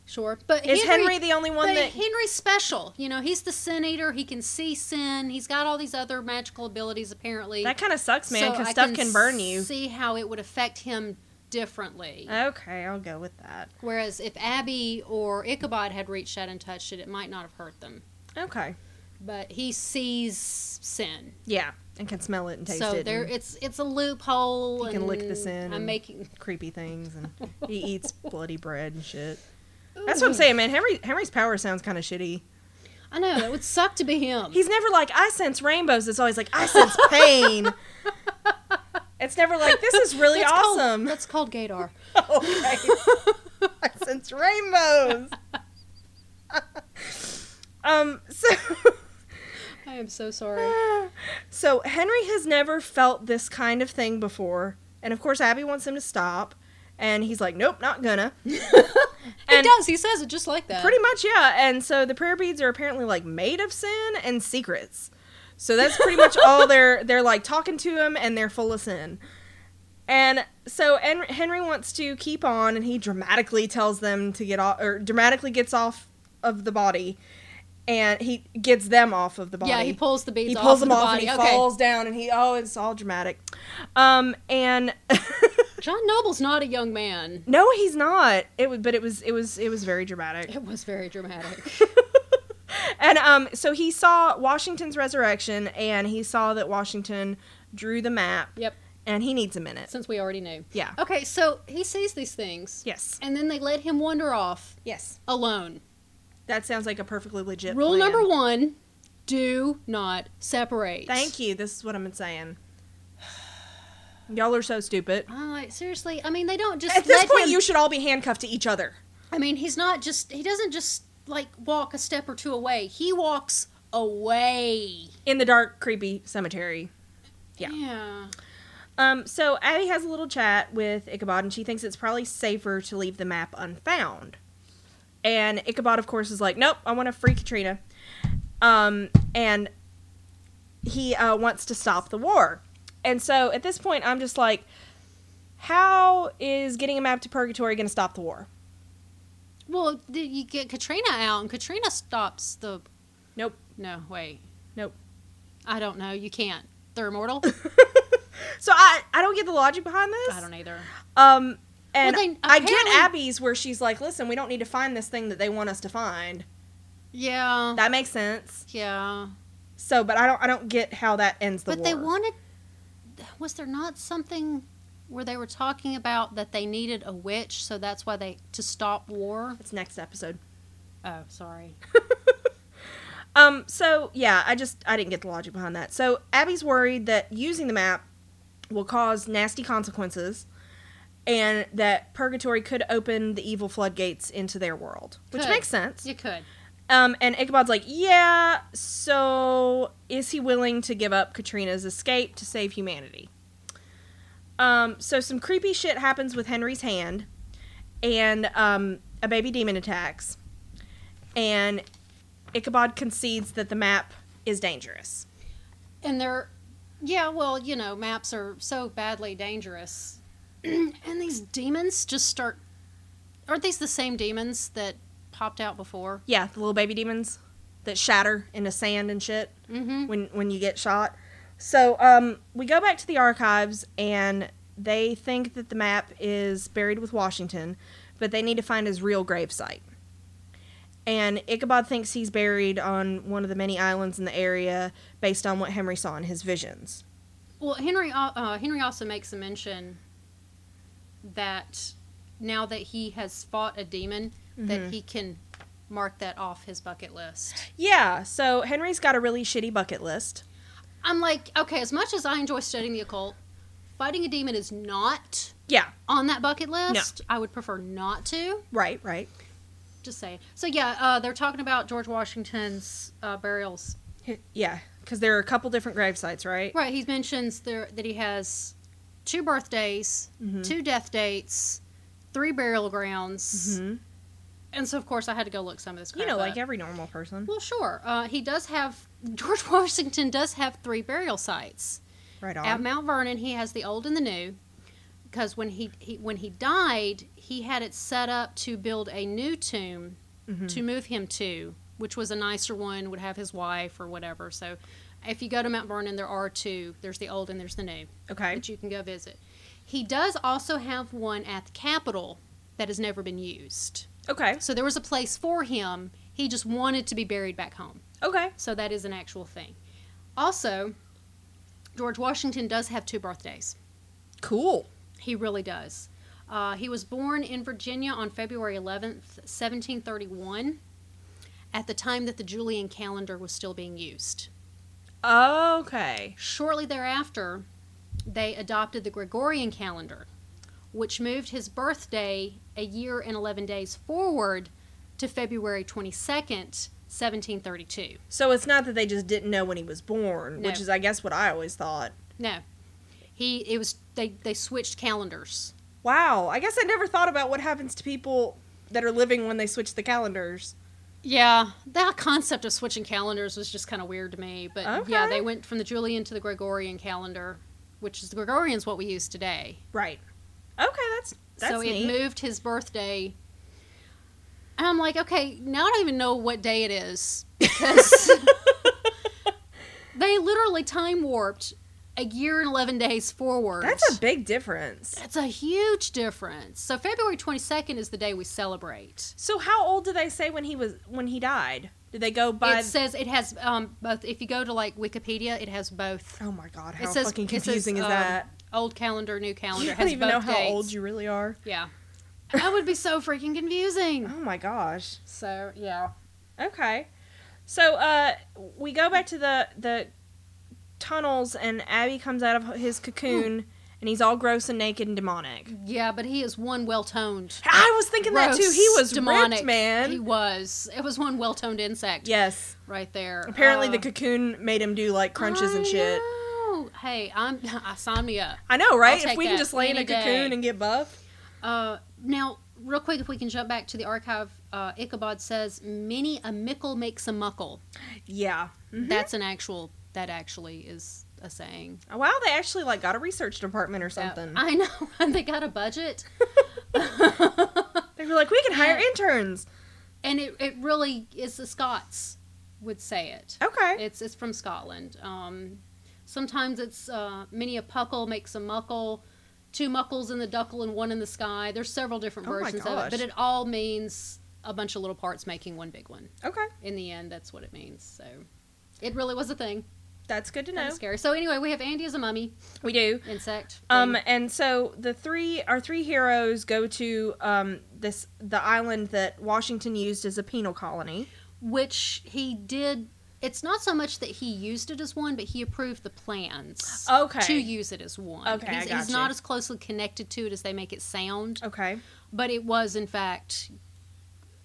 S2: Sure, but
S1: Is Henry the only one
S2: but
S1: that-
S2: Henry's special? You know, he's the sin eater. He can see sin. He's got all these other magical abilities. Apparently,
S1: That kind of sucks, man,
S2: So
S1: because
S2: I
S1: stuff can burn you. Uh,
S2: See how it would affect him differently.
S1: Okay, I'll go with that.
S2: Whereas if Abby or Ichabod had reached out and touched it, it might not have hurt them.
S1: Okay.
S2: But he sees sin,
S1: Yeah, and can smell it and taste
S2: so
S1: it.
S2: there
S1: and
S2: it's it's a loophole.
S1: He can lick
S2: and
S1: the sin
S2: I'm
S1: and-
S2: making.
S1: creepy things, and he eats bloody bread and shit. That's what I'm saying, man. Henry Henry's power sounds kind of shitty.
S2: I know it would suck to be him.
S1: He's never like I sense rainbows. It's always like I sense pain. it's never like this is really
S2: That's called-
S1: awesome.
S2: that's called Gadar.
S1: okay. I sense rainbows. um. So.
S2: I am so sorry.
S1: so Henry has never felt this kind of thing before, and of course Abby wants him to stop, and he's like, "Nope, not gonna."
S2: He
S1: And-
S2: does. He says it just like that.
S1: Pretty much, yeah. And so the prayer beads are apparently like made of sin and secrets. So that's pretty much all they're they're like talking to him, and they're full of sin. And so En- Henry wants to keep on, and he dramatically tells them to get off, or dramatically gets off of the body, and he gets them off of the body
S2: Yeah, he pulls the beads.
S1: he pulls
S2: off
S1: them
S2: of the
S1: off
S2: body.
S1: and he
S2: okay.
S1: falls down and he oh it's all dramatic um and
S2: John Noble's not a young man.
S1: no he's not it was but it was it was it was very dramatic
S2: It was very dramatic.
S1: and um so he saw washington's resurrection and he saw that washington drew the map
S2: yep.
S1: and he needs a minute
S2: Since we already knew.
S1: yeah
S2: Okay, so he sees these things.
S1: yes
S2: And then they let him wander off
S1: yes
S2: alone.
S1: that sounds like a perfectly legit
S2: Rule
S1: plan.
S2: number one do not separate.
S1: thank you this is what i've been saying y'all are so stupid
S2: I'm like, Uh, seriously, I mean, they don't just
S1: at this
S2: let
S1: point
S2: him.
S1: you should all be handcuffed to each other
S2: I mean, he's not just, he doesn't just like walk a step or two away. He walks away.
S1: in the dark creepy cemetery Yeah.
S2: Yeah.
S1: Um, so Abby has a little chat with Ichabod, and she thinks it's probably safer to leave the map unfound. And Ichabod, of course, is like, "Nope, I want to free Katrina," um, and he uh, wants to stop the war. And so at this point, I'm just like, "How is getting a map to Purgatory going to stop the war?"
S2: Well, did you get Katrina out, and Katrina stops the.
S1: Nope.
S2: No, wait.
S1: Nope.
S2: I don't know. You can't. They're immortal.
S1: So I I don't get the logic behind this.
S2: I don't either.
S1: Um, and
S2: Well, then,
S1: I get
S2: apparently-
S1: Abby's where she's like, listen, we don't need to find this thing that they want us to find.
S2: Yeah.
S1: That makes sense.
S2: yeah.
S1: So, but I don't I don't get how that ends the
S2: But they
S1: war.
S2: wanted. Was there not something where they were talking about that they needed a witch, so that's why they to stop war?
S1: It's next episode.
S2: Oh, sorry.
S1: Um, so yeah, I just I didn't get the logic behind that. So Abby's worried that using the map will cause nasty consequences and that purgatory could open the evil floodgates into their world. Which
S2: Could.
S1: makes sense.
S2: You could.
S1: Um, and Ichabod's like, yeah, so is he willing to give up Katrina's escape to save humanity? Um, so some creepy shit happens with Henry's hand, and um, a baby demon attacks, and Ichabod concedes that the map is dangerous.
S2: And they're, yeah, well, you know, maps are so badly dangerous, and these demons just start. Aren't these the same demons that popped out before?
S1: Yeah, the little baby demons that shatter into sand and shit.
S2: Mm-hmm.
S1: when when you get shot. So um, we go back to the archives, and they think that the map is buried with Washington, but they need to find his real grave site. And Ichabod thinks he's buried on one of the many islands in the area, based on what Henry saw in his visions.
S2: Well, Henry al- uh, Henry also makes a mention that now that he has fought a demon, that he can mark that off his bucket list.
S1: Yeah, so Henry's got a really shitty bucket list.
S2: I'm like, okay, as much as I enjoy studying the occult, fighting a demon is not
S1: Yeah,
S2: on that bucket list. I would prefer not to.
S1: right, right.
S2: Just saying. So yeah, uh, they're talking about George Washington's uh, burials.
S1: H- Yeah, because there are a couple different grave sites, right?
S2: Right. He mentions there that he has two birthdays,
S1: Mm-hmm.
S2: two death dates, three burial grounds.
S1: hmm
S2: And so, of course, I had to go look some of this.
S1: You
S2: Crap
S1: know,
S2: up.
S1: like every normal person,
S2: well, sure. Uh, he does have George Washington does have three burial sites
S1: right
S2: at
S1: on.
S2: Mount Vernon. He has the old and the new, because when he, he when he died, he had it set up to build a new tomb
S1: Mhm.
S2: to move him to, which was a nicer one. Would have his wife or whatever. So, if you go to Mount Vernon, there are two. There's the old and there's the new
S1: Okay,
S2: that you can go visit. He does also have one at the Capitol that has never been used.
S1: okay,
S2: So there was a place for him. He just wanted to be buried back home.
S1: okay.
S2: So that is an actual thing. Also, George Washington does have two birthdays.
S1: Cool.
S2: He really does. Uh, he was born in Virginia on February 11th, 1731, at the time that the Julian calendar was still being used.
S1: Okay.
S2: Shortly thereafter, they adopted the Gregorian calendar, which moved his birthday a year and 11 days forward to February 22nd, 1732.
S1: So it's not that they just didn't know when he was born,
S2: No.
S1: which is, I guess, what I always thought.
S2: No. He it was they they switched calendars.
S1: Wow. I guess I never thought about what happens to people that are living when they switch the calendars.
S2: Yeah, that concept of switching calendars was just kind of weird to me, but yeah,
S1: Okay.
S2: they went from the Julian to the Gregorian calendar, which is the Gregorian's what we use today.
S1: Right. Okay. That's that's
S2: so
S1: neat.
S2: it moved his birthday. And I'm like, okay, now I don't even know what day it is because they literally time warped a year and 11 days forward.
S1: That's a big difference.
S2: That's a huge difference. So February 22nd is the day we celebrate.
S1: So how old do they say when he was when he died? Did they go by?
S2: it says it has um, both. If you go to like Wikipedia, it has both
S1: oh my god!
S2: it
S1: How
S2: says-
S1: fucking
S2: it says,
S1: confusing
S2: um,
S1: is that?
S2: old calendar, new calendar.
S1: You
S2: has
S1: don't even know
S2: both
S1: how
S2: dates.
S1: old you really are.
S2: Yeah, that would be so freaking confusing.
S1: Oh my gosh.
S2: So yeah,
S1: Okay. So uh we go back to the the tunnels and Abby comes out of his cocoon and he's all gross and naked and demonic.
S2: Hmm. yeah, but he is one well toned.
S1: I was thinking that too. He
S2: Gross,
S1: was demonic, man.
S2: He was. It was one well-toned insect.
S1: yes.
S2: right there.
S1: Apparently
S2: Uh,
S1: the cocoon made him do like crunches and
S2: I
S1: shit.
S2: know. Hey, I'm. I sign me up.
S1: I know, right?
S2: I'll
S1: If
S2: take
S1: we can
S2: that
S1: just lay in a
S2: any
S1: cocoon
S2: day.
S1: and get buff.
S2: Uh, now, real quick, if we can jump back to the archive, uh, Ichabod says, "Many a mickle makes a muckle."
S1: Yeah. Mhm.
S2: That's an actual. That actually is a saying.
S1: Oh, wow, they actually like got a research department or
S2: That-
S1: something.
S2: I know. they got a budget,
S1: they were like, we can hire interns.
S2: and it, it really is the Scots would say it.
S1: Okay.
S2: It's it's from Scotland. Um, Sometimes it's uh, many a puckle makes a muckle, two muckles in the duckle and one in the sky. There's several different
S1: Oh my
S2: versions of
S1: gosh.
S2: it, but it all means a bunch of little parts making one big one.
S1: Okay,
S2: In the end, that's what it means. So it really was a thing.
S1: that's good to
S2: Kind
S1: know.
S2: of scary. So anyway, we have Andy as a mummy
S1: We do.
S2: insect.
S1: Um,
S2: thing.
S1: and so the three our three heroes go to um this the island that Washington used as a penal colony.
S2: which he did. It's not so much that he used it as one, but he approved the plans
S1: Okay.
S2: to use it as one.
S1: Okay, I
S2: he's,
S1: got
S2: he's
S1: you.
S2: not as closely connected to it as they make it sound,
S1: Okay.
S2: but it was in fact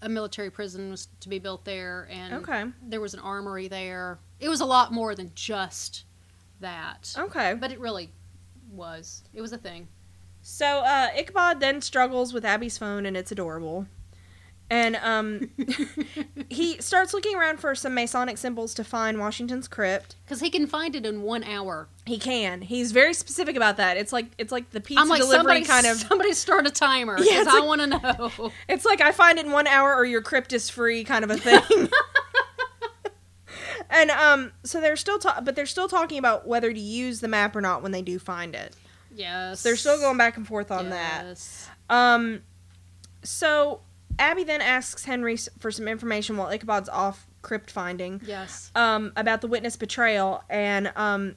S2: a military prison was to be built there, and
S1: Okay.
S2: there was an armory there. It was a lot more than just that,
S1: Okay.
S2: but it really was. It was a thing.
S1: So uh, Ichabod then struggles with Abby's phone, and it's adorable. And um, he starts looking around for some Masonic symbols to find Washington's crypt.
S2: Because he can find it in one hour.
S1: He can. He's very specific about that. It's like it's like the pizza
S2: I'm like,
S1: delivery
S2: somebody,
S1: kind of.
S2: somebody start a timer.
S1: Yeah, it's
S2: 'cause I
S1: like-
S2: want to know.
S1: It's like I find in one hour or your crypt is free kind of a thing. and um, so they're still ta- but they're still talking about whether to use the map or not when they do find it.
S2: Yes.
S1: So they're still going back and forth on
S2: Yes.
S1: that. Um, so Abby then asks Henry s- for some information while Ichabod's off crypt finding
S2: Yes.
S1: um, about the witness betrayal and um.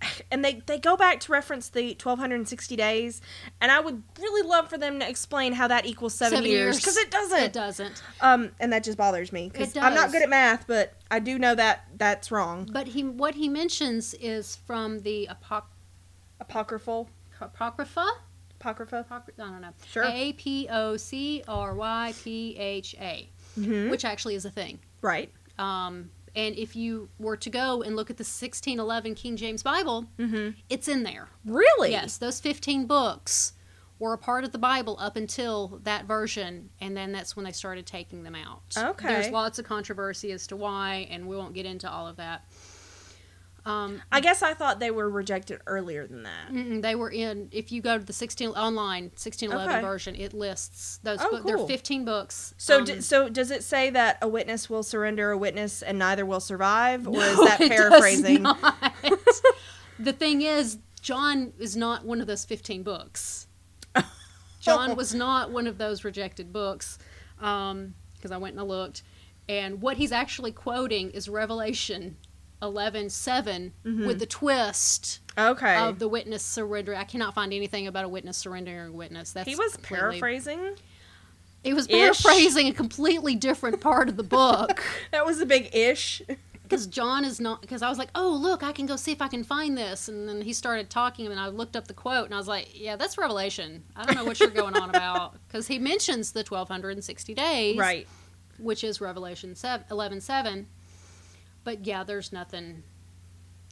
S1: And they, they go back to reference the 1260 days, and I would really love for them to explain how that equals seven, years because it doesn't.
S2: It doesn't.
S1: Um, and that just bothers me because
S2: It
S1: I'm not
S2: does.
S1: good at math, but I do know that that's wrong.
S2: But he, what he mentions is from the apoc-
S1: Apocryphal,
S2: apocrypha.
S1: apocrypha.
S2: Apocry- I don't know.
S1: Sure.
S2: A p o c r y p h a,
S1: Mm-hmm.
S2: which actually is a thing.
S1: Right.
S2: Um, and if you were to go and look at the 1611 King James Bible,
S1: Mm-hmm.
S2: it's in there.
S1: Really?
S2: Yes, those 15 books were a part of the Bible up until that version, and then that's when they started taking them out.
S1: Okay.
S2: There's lots of controversy as to why, and we won't get into all of that. Um,
S1: I guess I thought they were rejected earlier than that.
S2: mm-mm, they were in, if you go to the 16 online 1611
S1: Okay.
S2: version, it lists those
S1: Oh,
S2: books. There
S1: cool.
S2: are 15 books.
S1: So,
S2: um,
S1: d- so does it say that a witness will surrender a witness and neither will survive, or is
S2: No,
S1: that
S2: it does
S1: paraphrasing?
S2: not. the thing is, John is not one of those 15 books. John was not one of those rejected books because I went and I looked. And what he's actually quoting is Revelation 11 7
S1: Mm-hmm.
S2: with the twist
S1: Okay.
S2: of the witness surrendering. I cannot find anything about a witness surrendering a witness. That's
S1: he was
S2: completely-
S1: paraphrasing.
S2: He was
S1: Ish.
S2: paraphrasing a completely different part of the book.
S1: That was a big ish.
S2: because John is not because I was like, oh look, I can go see if I can find this, and then he started talking, and I looked up the quote, and I was like, yeah, that's Revelation. I don't know what you're going on about because he mentions the 1260 days,
S1: Right.
S2: Which is Revelation 7, 11 7. But yeah, there's nothing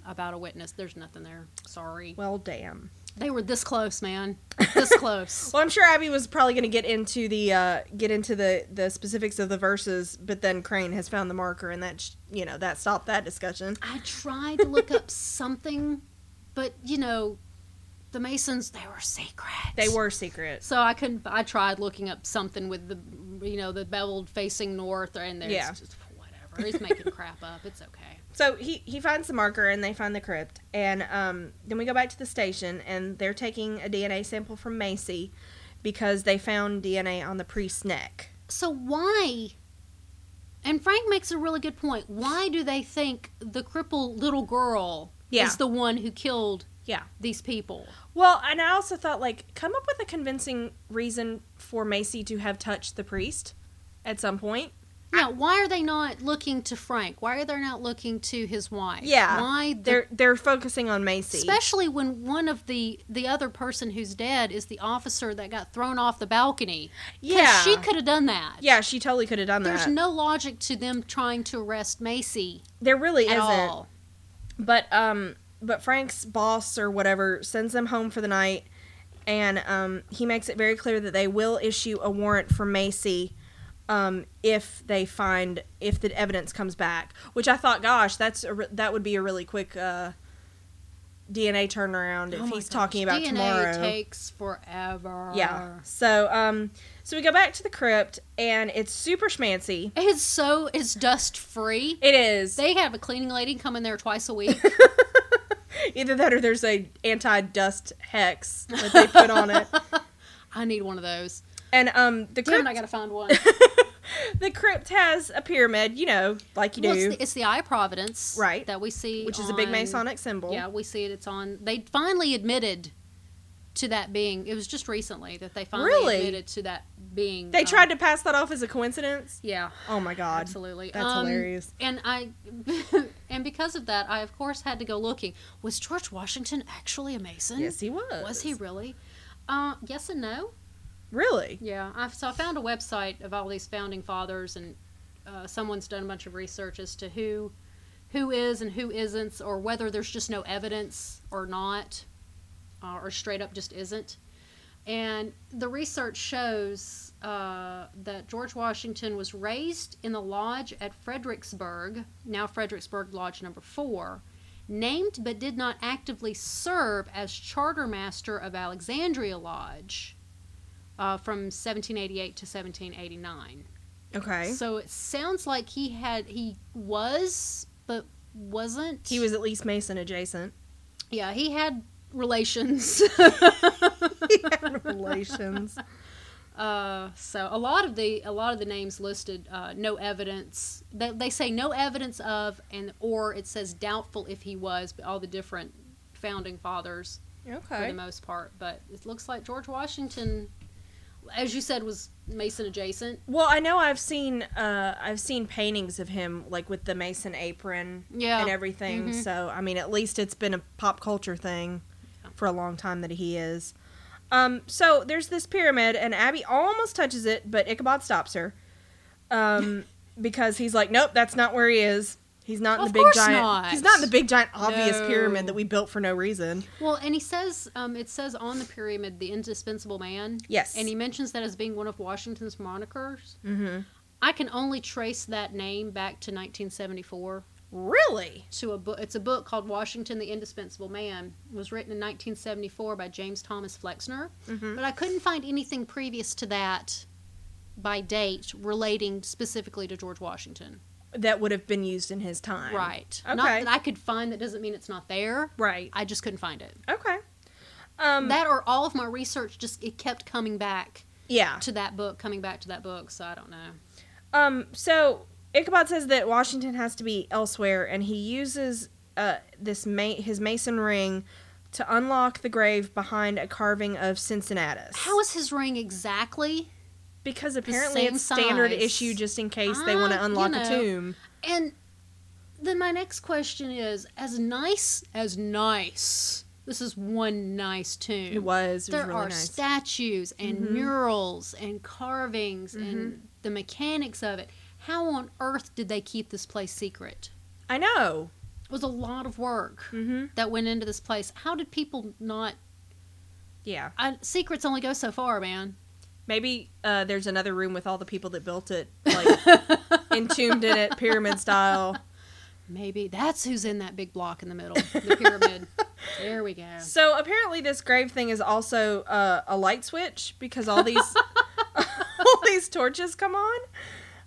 S2: about a witness. There's nothing there. Sorry,
S1: Well, damn.
S2: they were this close, man. This close.
S1: Well, I'm sure Abby was probably going to get into the uh, get into the the specifics of the verses, but then Crane has found the marker, and that sh- you know that stopped that discussion.
S2: I tried to look up something, but you know, the Masons they were secret.
S1: They were secret.
S2: So I couldn't. I tried looking up something with the, you know, the beveled facing north, and there's
S1: Yeah.
S2: just whatever. He's making crap up. It's okay.
S1: So he he finds the marker, and they find the crypt, and um, then we go back to the station, and they're taking a DNA sample from Macy because they found DNA on the priest's neck.
S2: So why? And Frank makes a really good point. Why do they think the crippled little girl
S1: Yeah.
S2: is the one who killed?
S1: Yeah.
S2: These people.
S1: Well, and I also thought like come up with a convincing reason for Macy to have touched the priest at some point.
S2: Now, why are they not looking to Frank? Why are they not looking to his wife?
S1: Yeah.
S2: Why the
S1: They're they're focusing on Macy.
S2: Especially when one of the the other person who's dead is the officer that got thrown off the balcony. 'Cause
S1: Yeah.
S2: she could have done that.
S1: Yeah, she totally could have done
S2: There's
S1: that.
S2: no logic to them trying to arrest Macy
S1: there really
S2: at
S1: isn't.
S2: all.
S1: But um but Frank's boss or whatever sends them home for the night and um he makes it very clear that they will issue a warrant for Macy um if they find if the evidence comes back, which I thought gosh, that's a re- that would be a really quick uh DNA turnaround if
S2: Oh my
S1: he's
S2: gosh.
S1: talking about
S2: DNA
S1: tomorrow.
S2: takes forever.
S1: yeah. So um so we go back to the crypt and it's super schmancy.
S2: It's so it's dust free.
S1: It is.
S2: They have a cleaning lady come in there twice a week.
S1: Either that or there's a anti-dust hex that they put on it.
S2: I need one of those.
S1: And um, the
S2: Damn,
S1: crypt,
S2: it, I gotta find one.
S1: the crypt has a pyramid, you know, like you
S2: Well,
S1: do,
S2: it's, the, it's the Eye of Providence,
S1: Right.
S2: That we see,
S1: which is a big
S2: on-
S1: Masonic symbol.
S2: Yeah, we see it. It's on. They finally admitted to that being. It was just recently that they finally
S1: Really?
S2: admitted to that being.
S1: They tried to pass that off as a coincidence.
S2: Yeah,
S1: Oh my god,
S2: um, absolutely.
S1: that's
S2: Um,
S1: hilarious.
S2: And I, and because of that, I of course had to go looking. Was George Washington actually a Mason?
S1: Yes, he was.
S2: Was he really? Uh, yes and no.
S1: really?
S2: Yeah, I've, so I found a website of all these founding fathers, and uh, someone's done a bunch of research as to who, who is and who isn't, or whether there's just no evidence or not, uh, or straight up just isn't. And the research shows uh, that George Washington was raised in the lodge at Fredericksburg, now Fredericksburg Lodge Number Four, named but did not actively serve as chartermaster of Alexandria Lodge uh, from 1788 to 1789.
S1: Okay.
S2: So it sounds like he had he was but wasn't.
S1: He was at least Mason adjacent.
S2: yeah he had relations.
S1: Relations.
S2: uh, so a lot of the a lot of the names listed uh, no evidence. They, they say no evidence of and or it says doubtful if he was. But all the different founding fathers for
S1: Okay.
S2: the most part. But it looks like George Washington, as you said, was Mason adjacent.
S1: Well, I know I've seen uh, I've seen paintings of him like with the Mason apron
S2: Yeah.
S1: and everything.
S2: Mhm.
S1: So I mean, at least it's been a pop culture thing for a long time that he is. Um, so there's this pyramid, and Abby almost touches it, but Ichabod stops her um, because he's like, "Nope, that's not where he is. He's not in
S2: Of
S1: the big
S2: course
S1: giant.
S2: not.
S1: He's not in the big giant obvious
S2: No.
S1: pyramid that we built for no reason."
S2: Well, and he says, um, it says on the pyramid, the indispensable man.
S1: Yes.
S2: And he mentions that as being one of Washington's monikers.
S1: Mm-hmm.
S2: I can only trace that name back to 1974
S1: Really?
S2: to a book. It's a book called Washington, the Indispensable Man. It was written in 1974 by James Thomas Flexner.
S1: Mhm.
S2: But I couldn't find anything previous to that by date relating specifically to George Washington.
S1: That would have been used in his time.
S2: Right. Not
S1: Okay.
S2: that I could find that doesn't mean it's not there.
S1: Right.
S2: I just couldn't find it.
S1: Okay. Um,
S2: that or all of my research just it kept coming back
S1: yeah.
S2: to that book, coming back to that book. So I don't know.
S1: Um, so Ichabod says that Washington has to be elsewhere, and he uses uh, this ma- his mason ring to unlock the grave behind a carving of Cincinnatus.
S2: How is his ring exactly?
S1: because apparently
S2: same
S1: it's standard
S2: size?
S1: issue, just in case they want
S2: Ah,
S1: to
S2: you
S1: unlock a
S2: know.
S1: tomb.
S2: And then my next question is: as nice as nice, this is one nice tomb.
S1: It was. It
S2: there
S1: was really
S2: are
S1: nice.
S2: statues and
S1: Mhm.
S2: murals and carvings
S1: Mm-hmm.
S2: and the mechanics of it. How on earth did they keep this place secret?
S1: I know.
S2: It was a lot of work
S1: hmm
S2: that went into this place. How did people not?
S1: Yeah.
S2: I, secrets only go so far, man.
S1: Maybe uh, there's another room with all the people that built it, like entombed in it, pyramid style.
S2: Maybe that's who's in that big block in the middle, the pyramid. there we go.
S1: So apparently, this grave thing is also uh, a light switch because all these all these torches come on,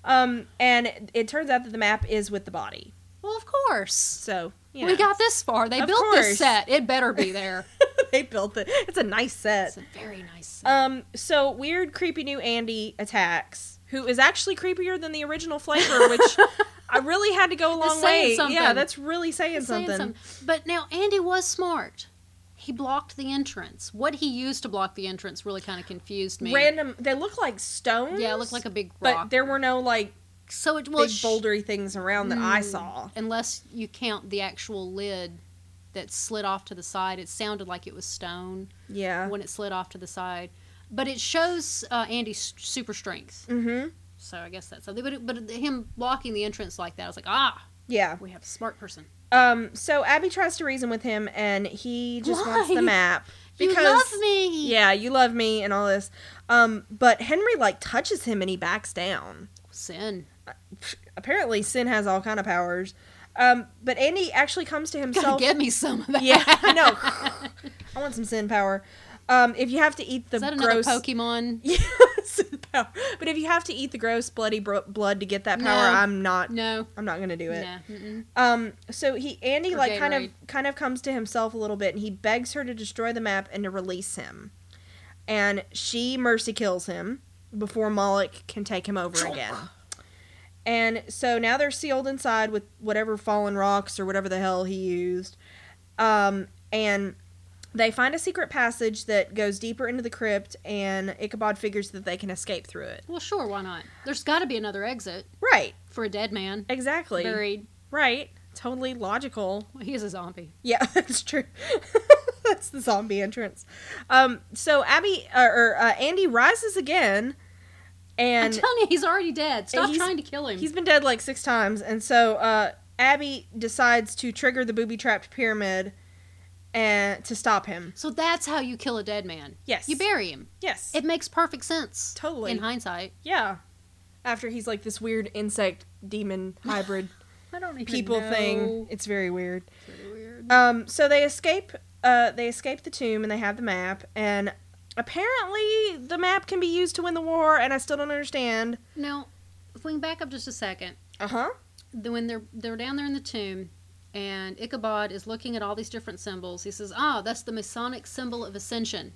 S1: um, and it turns out that the map is with the body.
S2: Well, of course.
S1: So you know,
S2: We got this far. They
S1: Of
S2: built
S1: course.
S2: this set. It better be there.
S1: they built it. It's a nice set.
S2: it's a very nice set.
S1: Um, so weird, creepy new Andy attacks, who is actually creepier than the original flavor, which I really had to go a long
S2: saying
S1: way.
S2: something.
S1: Yeah, that's really saying,
S2: Saying
S1: something.
S2: something. But now Andy was smart. He blocked the entrance. What he used to block the entrance really kind of confused me.
S1: Random. They look like stones.
S2: yeah, it looked like a big
S1: but
S2: rock.
S1: there were no like
S2: so it
S1: big
S2: was
S1: bouldery things around that I
S2: Mm.
S1: saw.
S2: unless you count the actual lid that slid off to the side. It sounded like it was stone.
S1: Yeah.
S2: when it slid off to the side. But it shows uh, Andy's super strength.
S1: Mm-hmm.
S2: So I guess that's something. But, it- but him blocking the entrance like that, I was like, ah,
S1: Yeah.
S2: we have a smart person.
S1: Um. So Abby tries to reason with him, and he just wants the
S2: Why?
S1: map
S2: you love me.
S1: yeah, you love me and all this. Um. But Henry like touches him, and he backs down.
S2: Sin.
S1: Apparently, Sin has all kind of powers. Um. But Andy actually comes to
S2: Gotta
S1: himself.
S2: get me some of that.
S1: yeah, I know. I want some Sin power. Um, if you have to eat the
S2: Is that another
S1: gross,
S2: Pokemon?
S1: yes, power. But if you have to eat the gross bloody bro- blood to get that
S2: No.
S1: power, I'm not.
S2: No.
S1: I'm not gonna do it.
S2: Nah, mm-mm.
S1: Um, so he Andy
S2: Or
S1: like kind of
S2: Gatorade.
S1: kind of comes to himself a little bit, and he begs her to destroy the map and to release him. And she mercy kills him before Moloch can take him over again. And so now they're sealed inside with whatever fallen rocks or whatever the hell he used. Um, and they find a secret passage that goes deeper into the crypt, and Ichabod figures that they can escape through it.
S2: Well, sure, why not? There's got to be another exit
S1: Right.
S2: for a dead man
S1: Exactly.
S2: buried.
S1: Right. Totally logical.
S2: Well, he is a zombie.
S1: Yeah, that's true. that's the zombie entrance. Um, so Abby or, or uh, Andy rises again,
S2: I'm
S1: and
S2: telling you, he's already dead. Stop
S1: he's-
S2: trying to kill him.
S1: he's been dead like six times. And so uh, Abby decides to trigger the booby trapped pyramid and to stop him.
S2: So that's how you kill a dead man.
S1: Yes,
S2: You bury him.
S1: Yes,
S2: It makes perfect sense.
S1: Totally.
S2: In hindsight.
S1: yeah. After he's like this weird insect demon hybrid
S2: I don't even
S1: people thing,
S2: know.
S1: it's very weird.
S2: It's really weird.
S1: Um, so they escape. Uh, they escape the tomb, and they have the map. And apparently, the map can be used to win the war. And I still don't understand.
S2: Now, if we can back up just a second,
S1: Uh huh.
S2: the- when they're they're down there in the tomb, and Ichabod is looking at all these different symbols, he says, "Ah, that's the Masonic symbol of ascension."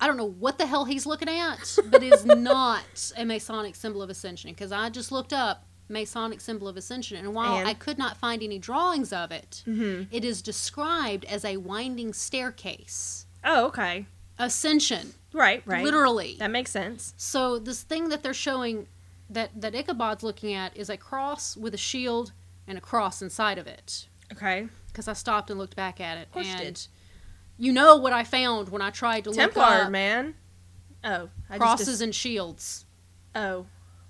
S2: I don't know what the hell he's looking at, but it's not a Masonic symbol of ascension because I just looked up Masonic symbol of ascension, and while
S1: And?
S2: I could not find any drawings of it,
S1: Mm-hmm.
S2: it is described as a winding staircase.
S1: Oh, okay.
S2: Ascension,
S1: Right. Right.
S2: literally.
S1: That makes sense.
S2: So this thing that they're showing that that Ichabod's looking at is a cross with a shield and a cross inside of it.
S1: Okay.
S2: Because I stopped and looked back at it,
S1: course you
S2: and
S1: did.
S2: you know what I found when I tried to look
S1: Templar
S2: up
S1: man. uh, Oh, I
S2: crosses
S1: Just dis-
S2: and shields.
S1: oh,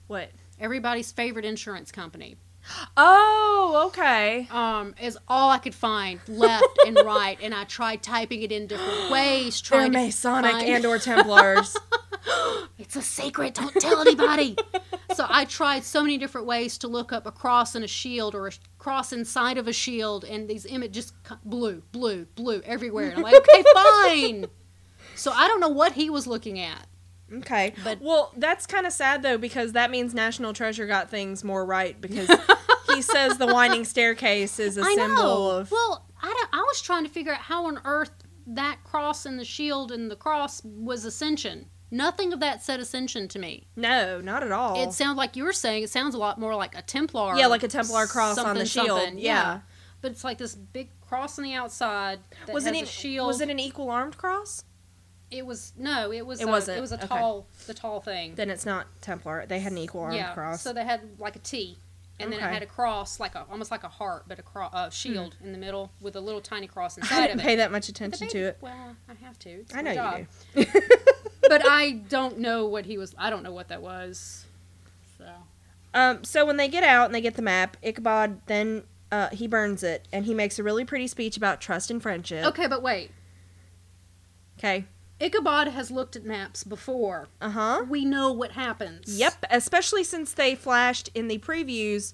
S1: what?
S2: Everybody's favorite insurance company
S1: Oh, okay.
S2: um, is all I could find left and right, and I tried typing it in different ways.
S1: They're
S2: Trying to
S1: Masonic
S2: find-
S1: and/or Templars.
S2: It's a secret. Don't tell anybody. so I tried so many different ways to look up a cross and a shield or a sh- cross inside of a shield, and these images just co- blue, blue, blue everywhere. And I'm like, okay, fine. So I don't know what he was looking at.
S1: Okay.
S2: But-
S1: well, that's kind of sad though because that means National Treasure got things more right because he says the winding staircase is a
S2: I
S1: symbol
S2: know.
S1: of
S2: Well, I, don't- I was trying to figure out how on earth that cross and the shield and the cross was ascension. Nothing of that said ascension to me.
S1: No, not at all.
S2: It sounds like you were saying. It sounds a lot more like a Templar.
S1: Yeah, like a Templar cross on
S2: something,
S1: the shield.
S2: something.
S1: Yeah.
S2: but it's like this big cross on the outside. That
S1: was
S2: has
S1: it
S2: a shield?
S1: Was it an equal armed cross?
S2: It was no. It was.
S1: It
S2: a,
S1: wasn't.
S2: It was a
S1: Okay.
S2: tall. The tall thing.
S1: Then it's not Templar. They had an equal armed
S2: yeah.
S1: cross.
S2: So they had like a T, and then
S1: Okay. Hmm.
S2: it had a cross, like a almost like a heart, but a cro- uh, shield in the middle with a little tiny cross inside
S1: I didn't
S2: of
S1: pay
S2: it.
S1: that much
S2: But
S1: attention
S2: they-
S1: to it.
S2: Well, I have to. It's
S1: I
S2: my
S1: know
S2: job.
S1: you do.
S2: but I don't know what he was. I don't know what that was. So
S1: um, so when they get out and they get the map, Ichabod then uh, he burns it and he makes a really pretty speech about trust and friendship.
S2: okay, but wait.
S1: Okay.
S2: Ichabod has looked at maps before.
S1: Uh huh.
S2: We know what happens.
S1: Yep. Especially since they flashed in the previews.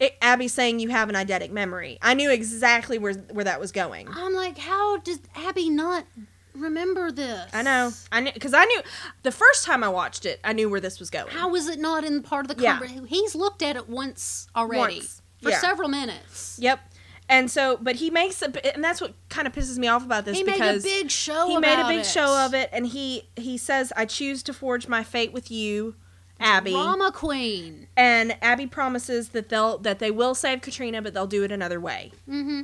S1: It, Abby saying you have an eidetic memory. I knew exactly where where that was going.
S2: I'm like, how does Abby not remember this?
S1: I know. I knew because I knew the first time I watched it, I knew where this was going.
S2: How is it not in part of the
S1: Yeah.
S2: conversation? He's looked at it once already
S1: Once.
S2: for
S1: Yeah.
S2: several minutes.
S1: Yep. And so, but he makes a, b- and that's what kind of pisses me off about this
S2: He made a
S1: because
S2: big show.
S1: he made a
S2: about
S1: big
S2: it.
S1: show of it, and he he says, "I choose to forge my fate with you, Abby."
S2: Drama queen.
S1: And Abby promises that they'll that they will save Katrina, but they'll do it another way.
S2: Mm-hmm.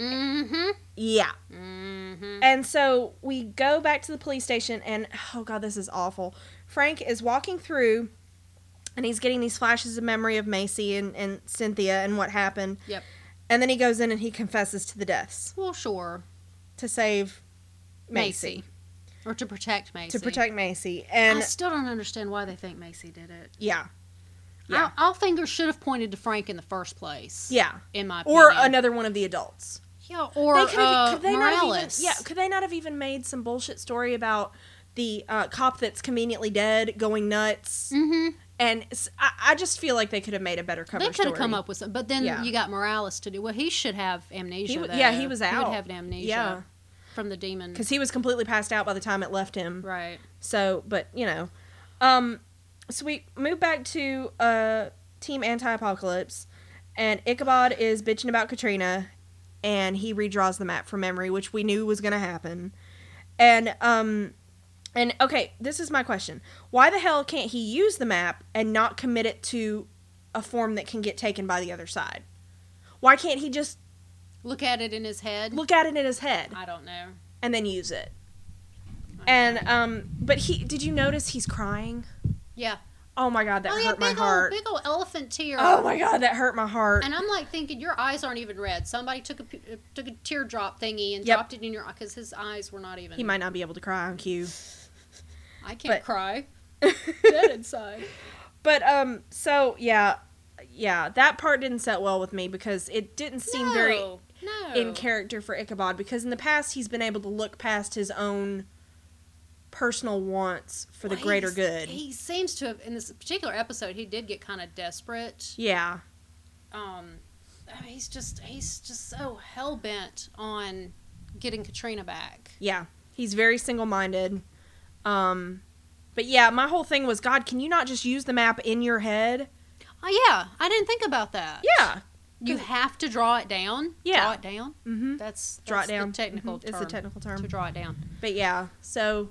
S2: Mm-hmm.
S1: Yeah.
S2: Mm-hmm.
S1: And so we go back to the police station, and oh god, this is awful. Frank is walking through, and he's getting these flashes of memory of Macy and, and Cynthia and what happened.
S2: Yep.
S1: And then he goes in and he confesses to the deaths
S2: Well, sure.
S1: to save Macy,
S2: Macy. Or to protect Macy.
S1: to protect Macy.
S2: I
S1: And
S2: still don't understand why they think Macy did it.
S1: yeah,
S2: Yeah.
S1: Yeah.
S2: Alfinger should have pointed to Frank in the first place.
S1: yeah,
S2: In my opinion.
S1: or another one of the adults.
S2: Yeah, or
S1: could've- e,
S2: uh,
S1: not have
S2: Morales.
S1: even, yeah, could they not have even made some bullshit story about the uh, cop that's conveniently dead going nuts?
S2: Mm-hmm.
S1: And s I I I, just feel like they could have made a better cover.
S2: They could have
S1: story.
S2: come up with some, but then
S1: Yeah.
S2: you got Morales to do. Well, he should have amnesia.
S1: He w-
S2: though.
S1: yeah, he was
S2: He
S1: out.
S2: would have an amnesia
S1: Yeah.
S2: from the demon.
S1: because he was completely passed out by the time it left him.
S2: Right.
S1: So, but you know, um, so we move back to uh, Team Anti Apocalypse, and Ichabod is bitching about Katrina, and he redraws the map from memory, which we knew was gonna happen, and um, and okay, this is my question: Why the hell can't he use the map and not commit it to a form that can get taken by the other side? Why can't he just
S2: Look at it in his head.
S1: look at it in his head
S2: I don't know.
S1: and then use it?
S2: I don't know.
S1: And um, but he did you notice he's crying?
S2: yeah.
S1: Oh my god, that
S2: oh yeah,
S1: hurt my
S2: big
S1: heart.
S2: old big old elephant tear.
S1: oh my god, that hurt my heart.
S2: And I'm like thinking, your eyes aren't even red. Somebody took a p- uh, took a teardrop thingy and
S1: Yep.
S2: dropped it in your eye because his eyes were not even.
S1: He might not be able to cry on cue.
S2: I can't
S1: but-
S2: cry. Dead inside.
S1: but um, so yeah, yeah, that part didn't set well with me because it didn't seem
S2: no,
S1: very
S2: no.
S1: in character for Ichabod because in the past he's been able to look past his own personal wants for the
S2: Well,
S1: greater
S2: he's-
S1: good.
S2: He seems to have in this particular episode. He did get kind of desperate.
S1: yeah.
S2: Um, I mean, he's just he's just so hell bent on getting Katrina back.
S1: Yeah, he's very single-minded. Um, but yeah, my whole thing was, God, can you not just use the map in your head?
S2: Oh yeah, I didn't think about that.
S1: Yeah,
S2: you have to draw it down.
S1: Yeah.
S2: draw it down.
S1: mm-hmm.
S2: That's, that's
S1: Draw it down.
S2: Mm-hmm. The technical
S1: Mhm,
S2: term.
S1: It's the technical term.
S2: to draw it down.
S1: But yeah, so,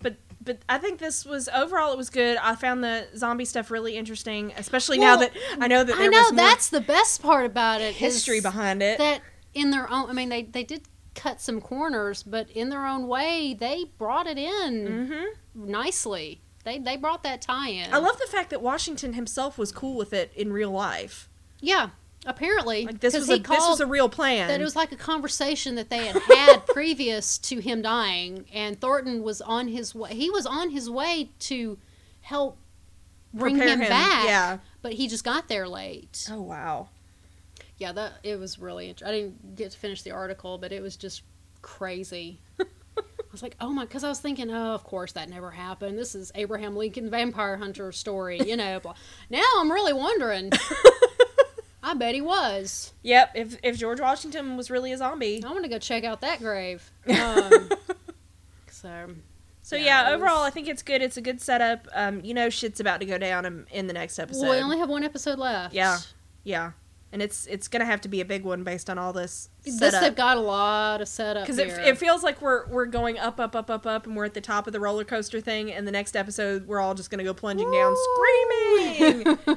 S1: but but I think this was overall it was good. I found the zombie stuff really interesting, especially now
S2: Well,
S1: that I know that there
S2: I know
S1: was more
S2: that's the best part about it. is
S1: history behind it.
S2: that in their own. I mean, they they did cut some corners, but in their own way, they brought it in
S1: hmm
S2: nicely. They they brought that tie in.
S1: I love the fact that Washington himself was cool with it in real life.
S2: Yeah, apparently,
S1: Like this
S2: 'cause
S1: was
S2: he
S1: a, this was
S2: called
S1: a real plan.
S2: that it was like a conversation that they had had previous to him dying, and Thornton was on his way. He was on his way to help bring
S1: Prepare
S2: him, back.
S1: Yeah.
S2: But he just got there late.
S1: Oh wow.
S2: Yeah, that it was really interesting. I didn't get to finish the article, but it was just crazy. I was like, oh my, because I was thinking, oh, of course that never happened. This is Abraham Lincoln vampire hunter story, you know. blah. Now I'm really wondering. I bet he was.
S1: Yep. If if George Washington was really a zombie.
S2: I want to go check out that grave. Um, so,
S1: So
S2: Yeah,
S1: yeah,
S2: it
S1: overall
S2: was-
S1: I think it's good. It's a good setup. Um, you know shit's about to go down in, in the next episode.
S2: well, we only have one episode left.
S1: Yeah. Yeah, and it's it's gonna have to be a big one based on all this
S2: This, they've
S1: setup
S2: got a lot of setup.
S1: because it,
S2: here.
S1: it feels like we're we're going up up up up up and we're at the top of the roller coaster thing, and the next episode we're all just gonna go plunging down screaming.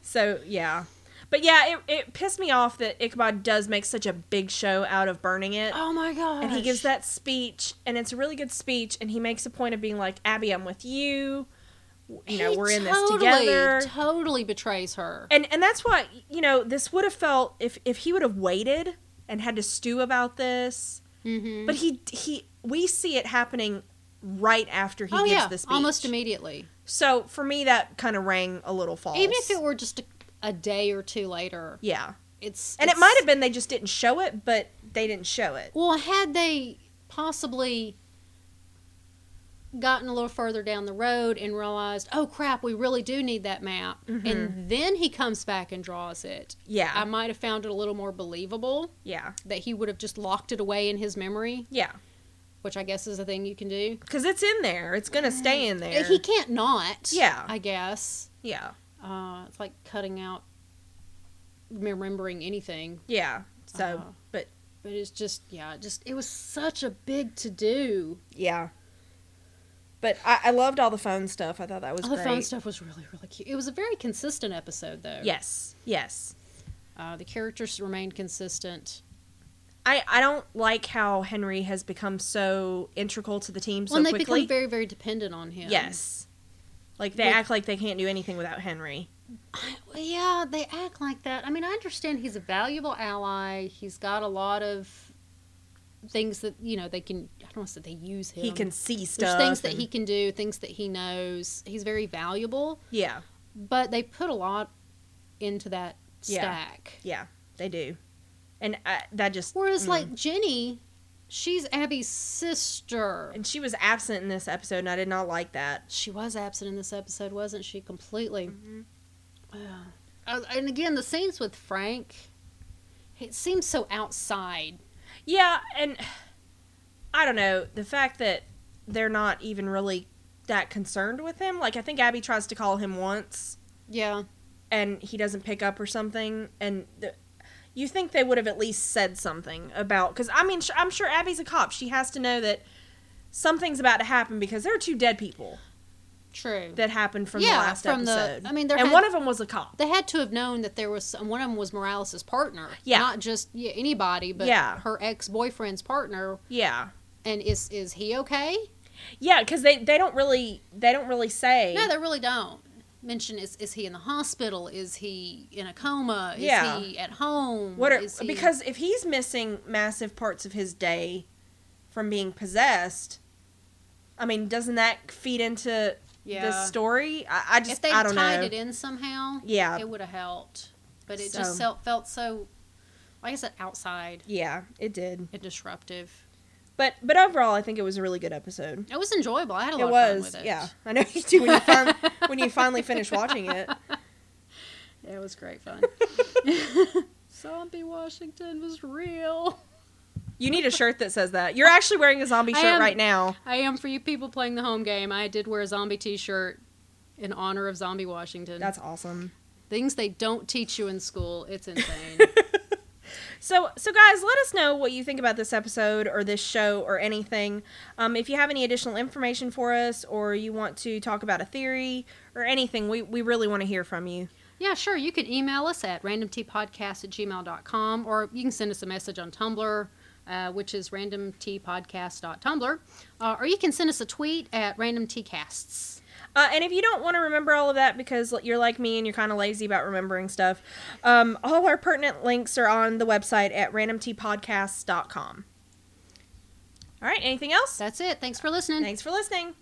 S1: so yeah, but yeah, it it pissed me off that Ichabod does make such a big show out of burning it.
S2: oh my god!
S1: And he gives that speech, and it's a really good speech. And he makes a point of being like, "Abby, I'm with you. You know,
S2: He
S1: we're in this
S2: totally,
S1: together."
S2: Totally betrays her.
S1: and and that's why you know this would have felt if if he would have waited and had to stew about this
S2: Mm-hmm.
S1: but he he we see it happening right after he
S2: oh
S1: gives
S2: yeah,
S1: the speech
S2: almost immediately.
S1: so for me that kind of rang a little false
S2: Even if it were just a, a day or two later,
S1: yeah
S2: it's
S1: and
S2: it's-
S1: it might have been they just didn't show it but they didn't show it
S2: Well, had they possibly gotten a little further down the road and realized, oh crap, we really do need that map, and then he comes back and draws it,
S1: Mm-hmm. yeah
S2: I might have found it a little more believable
S1: yeah
S2: that he would have just locked it away in his memory,
S1: yeah
S2: which I guess is a thing you can do. Uh,
S1: because it's in there it's gonna stay in there
S2: He can't not.
S1: Yeah.
S2: I guess.
S1: yeah
S2: uh, it's like cutting out remembering anything
S1: yeah so
S2: Uh-huh.
S1: but
S2: but it's just yeah it just it was such a big to do
S1: yeah but I, I loved all the phone stuff i thought that was
S2: all the
S1: great
S2: phone stuff was really really cute it was a very consistent episode though
S1: yes yes
S2: uh, the characters remained consistent
S1: I, I don't like how Henry has become so integral to the team so
S2: well and they
S1: quickly.
S2: become very very dependent on him
S1: Yes. Like they
S2: With-
S1: act like they can't do anything without Henry.
S2: I, yeah they act like that i mean i understand he's a valuable ally he's got a lot of things that you know they can i don't want to say they use him
S1: He can see
S2: there's
S1: stuff.
S2: things that
S1: and-
S2: he can do things that he knows he's very valuable
S1: Yeah,
S2: but they put a lot into that
S1: Yeah.
S2: stack.
S1: yeah, they do. And I, that just
S2: Whereas,
S1: mm.
S2: like Jenny, she's Abby's sister.
S1: and she was absent in this episode, and I did not like that.
S2: She was absent in this episode, wasn't she? Completely. Yeah. Uh, and again, the scenes with Frank, it seems so outside.
S1: Yeah, and I don't know, the fact that they're not even really that concerned with him. Like I think Abby tries to call him once
S2: Yeah.
S1: and he doesn't pick up or something and th- you think they would have at least said something about cuz I mean sh- I'm sure Abby's a cop. She has to know that something's about to happen because there are two dead people
S2: True.
S1: that happened from the
S2: Yeah,
S1: last
S2: from the-
S1: episode.
S2: I mean, there
S1: and
S2: had-
S1: one of them was a cop.
S2: they had to have known that there was some, one of them was Morales' partner.
S1: Yeah.
S2: Not just yeah, anybody, but
S1: Yeah.
S2: her ex boyfriend's partner.
S1: Yeah.
S2: And is is he okay?
S1: Yeah, cuz they they don't really they don't really say
S2: No, they really don't mention is is he in the hospital? Is he in a coma? Is
S1: Yeah.
S2: he at home?
S1: What are,
S2: Is he-
S1: because if he's missing massive parts of his day from being possessed, I mean, doesn't that feed into
S2: yeah.
S1: this story? I, I just
S2: if they
S1: I don't
S2: tied
S1: know.
S2: it in somehow,
S1: Yeah.
S2: it would have helped. But it
S1: So-
S2: just felt felt so, like I said, outside
S1: Yeah, it did.
S2: and disruptive.
S1: But but overall, I think it was a really good episode.
S2: It was enjoyable. I had a lot
S1: It
S2: of
S1: was,
S2: fun with it.
S1: yeah. I know you do when you, fin- when you finally finish watching it.
S2: It was great fun. Zombie Washington was real.
S1: You need a shirt that says that. You're actually wearing a zombie
S2: I
S1: shirt
S2: am.
S1: right now.
S2: I am for you people playing the home game. I did wear a zombie T-shirt in honor of Zombie Washington.
S1: That's awesome.
S2: Things they don't teach you in school. It's insane.
S1: So, so guys, let us know what you think about this episode or this show or anything. Um, if you have any additional information for us or you want to talk about a theory or anything, we, we really want to hear from you.
S2: yeah, sure. You can email us at randomtpodcast at gmail.com or you can send us a message on Tumblr, uh, which is randomtpodcast.tumblr. Uh, or you can send us a tweet at randomtcasts.
S1: Uh, and if you don't want to remember all of that because you're like me and you're kind of lazy about remembering stuff, um, all our pertinent links are on the website at randomtpodcast.com. All right, anything else?
S2: That's it. Thanks for listening.
S1: Thanks for listening.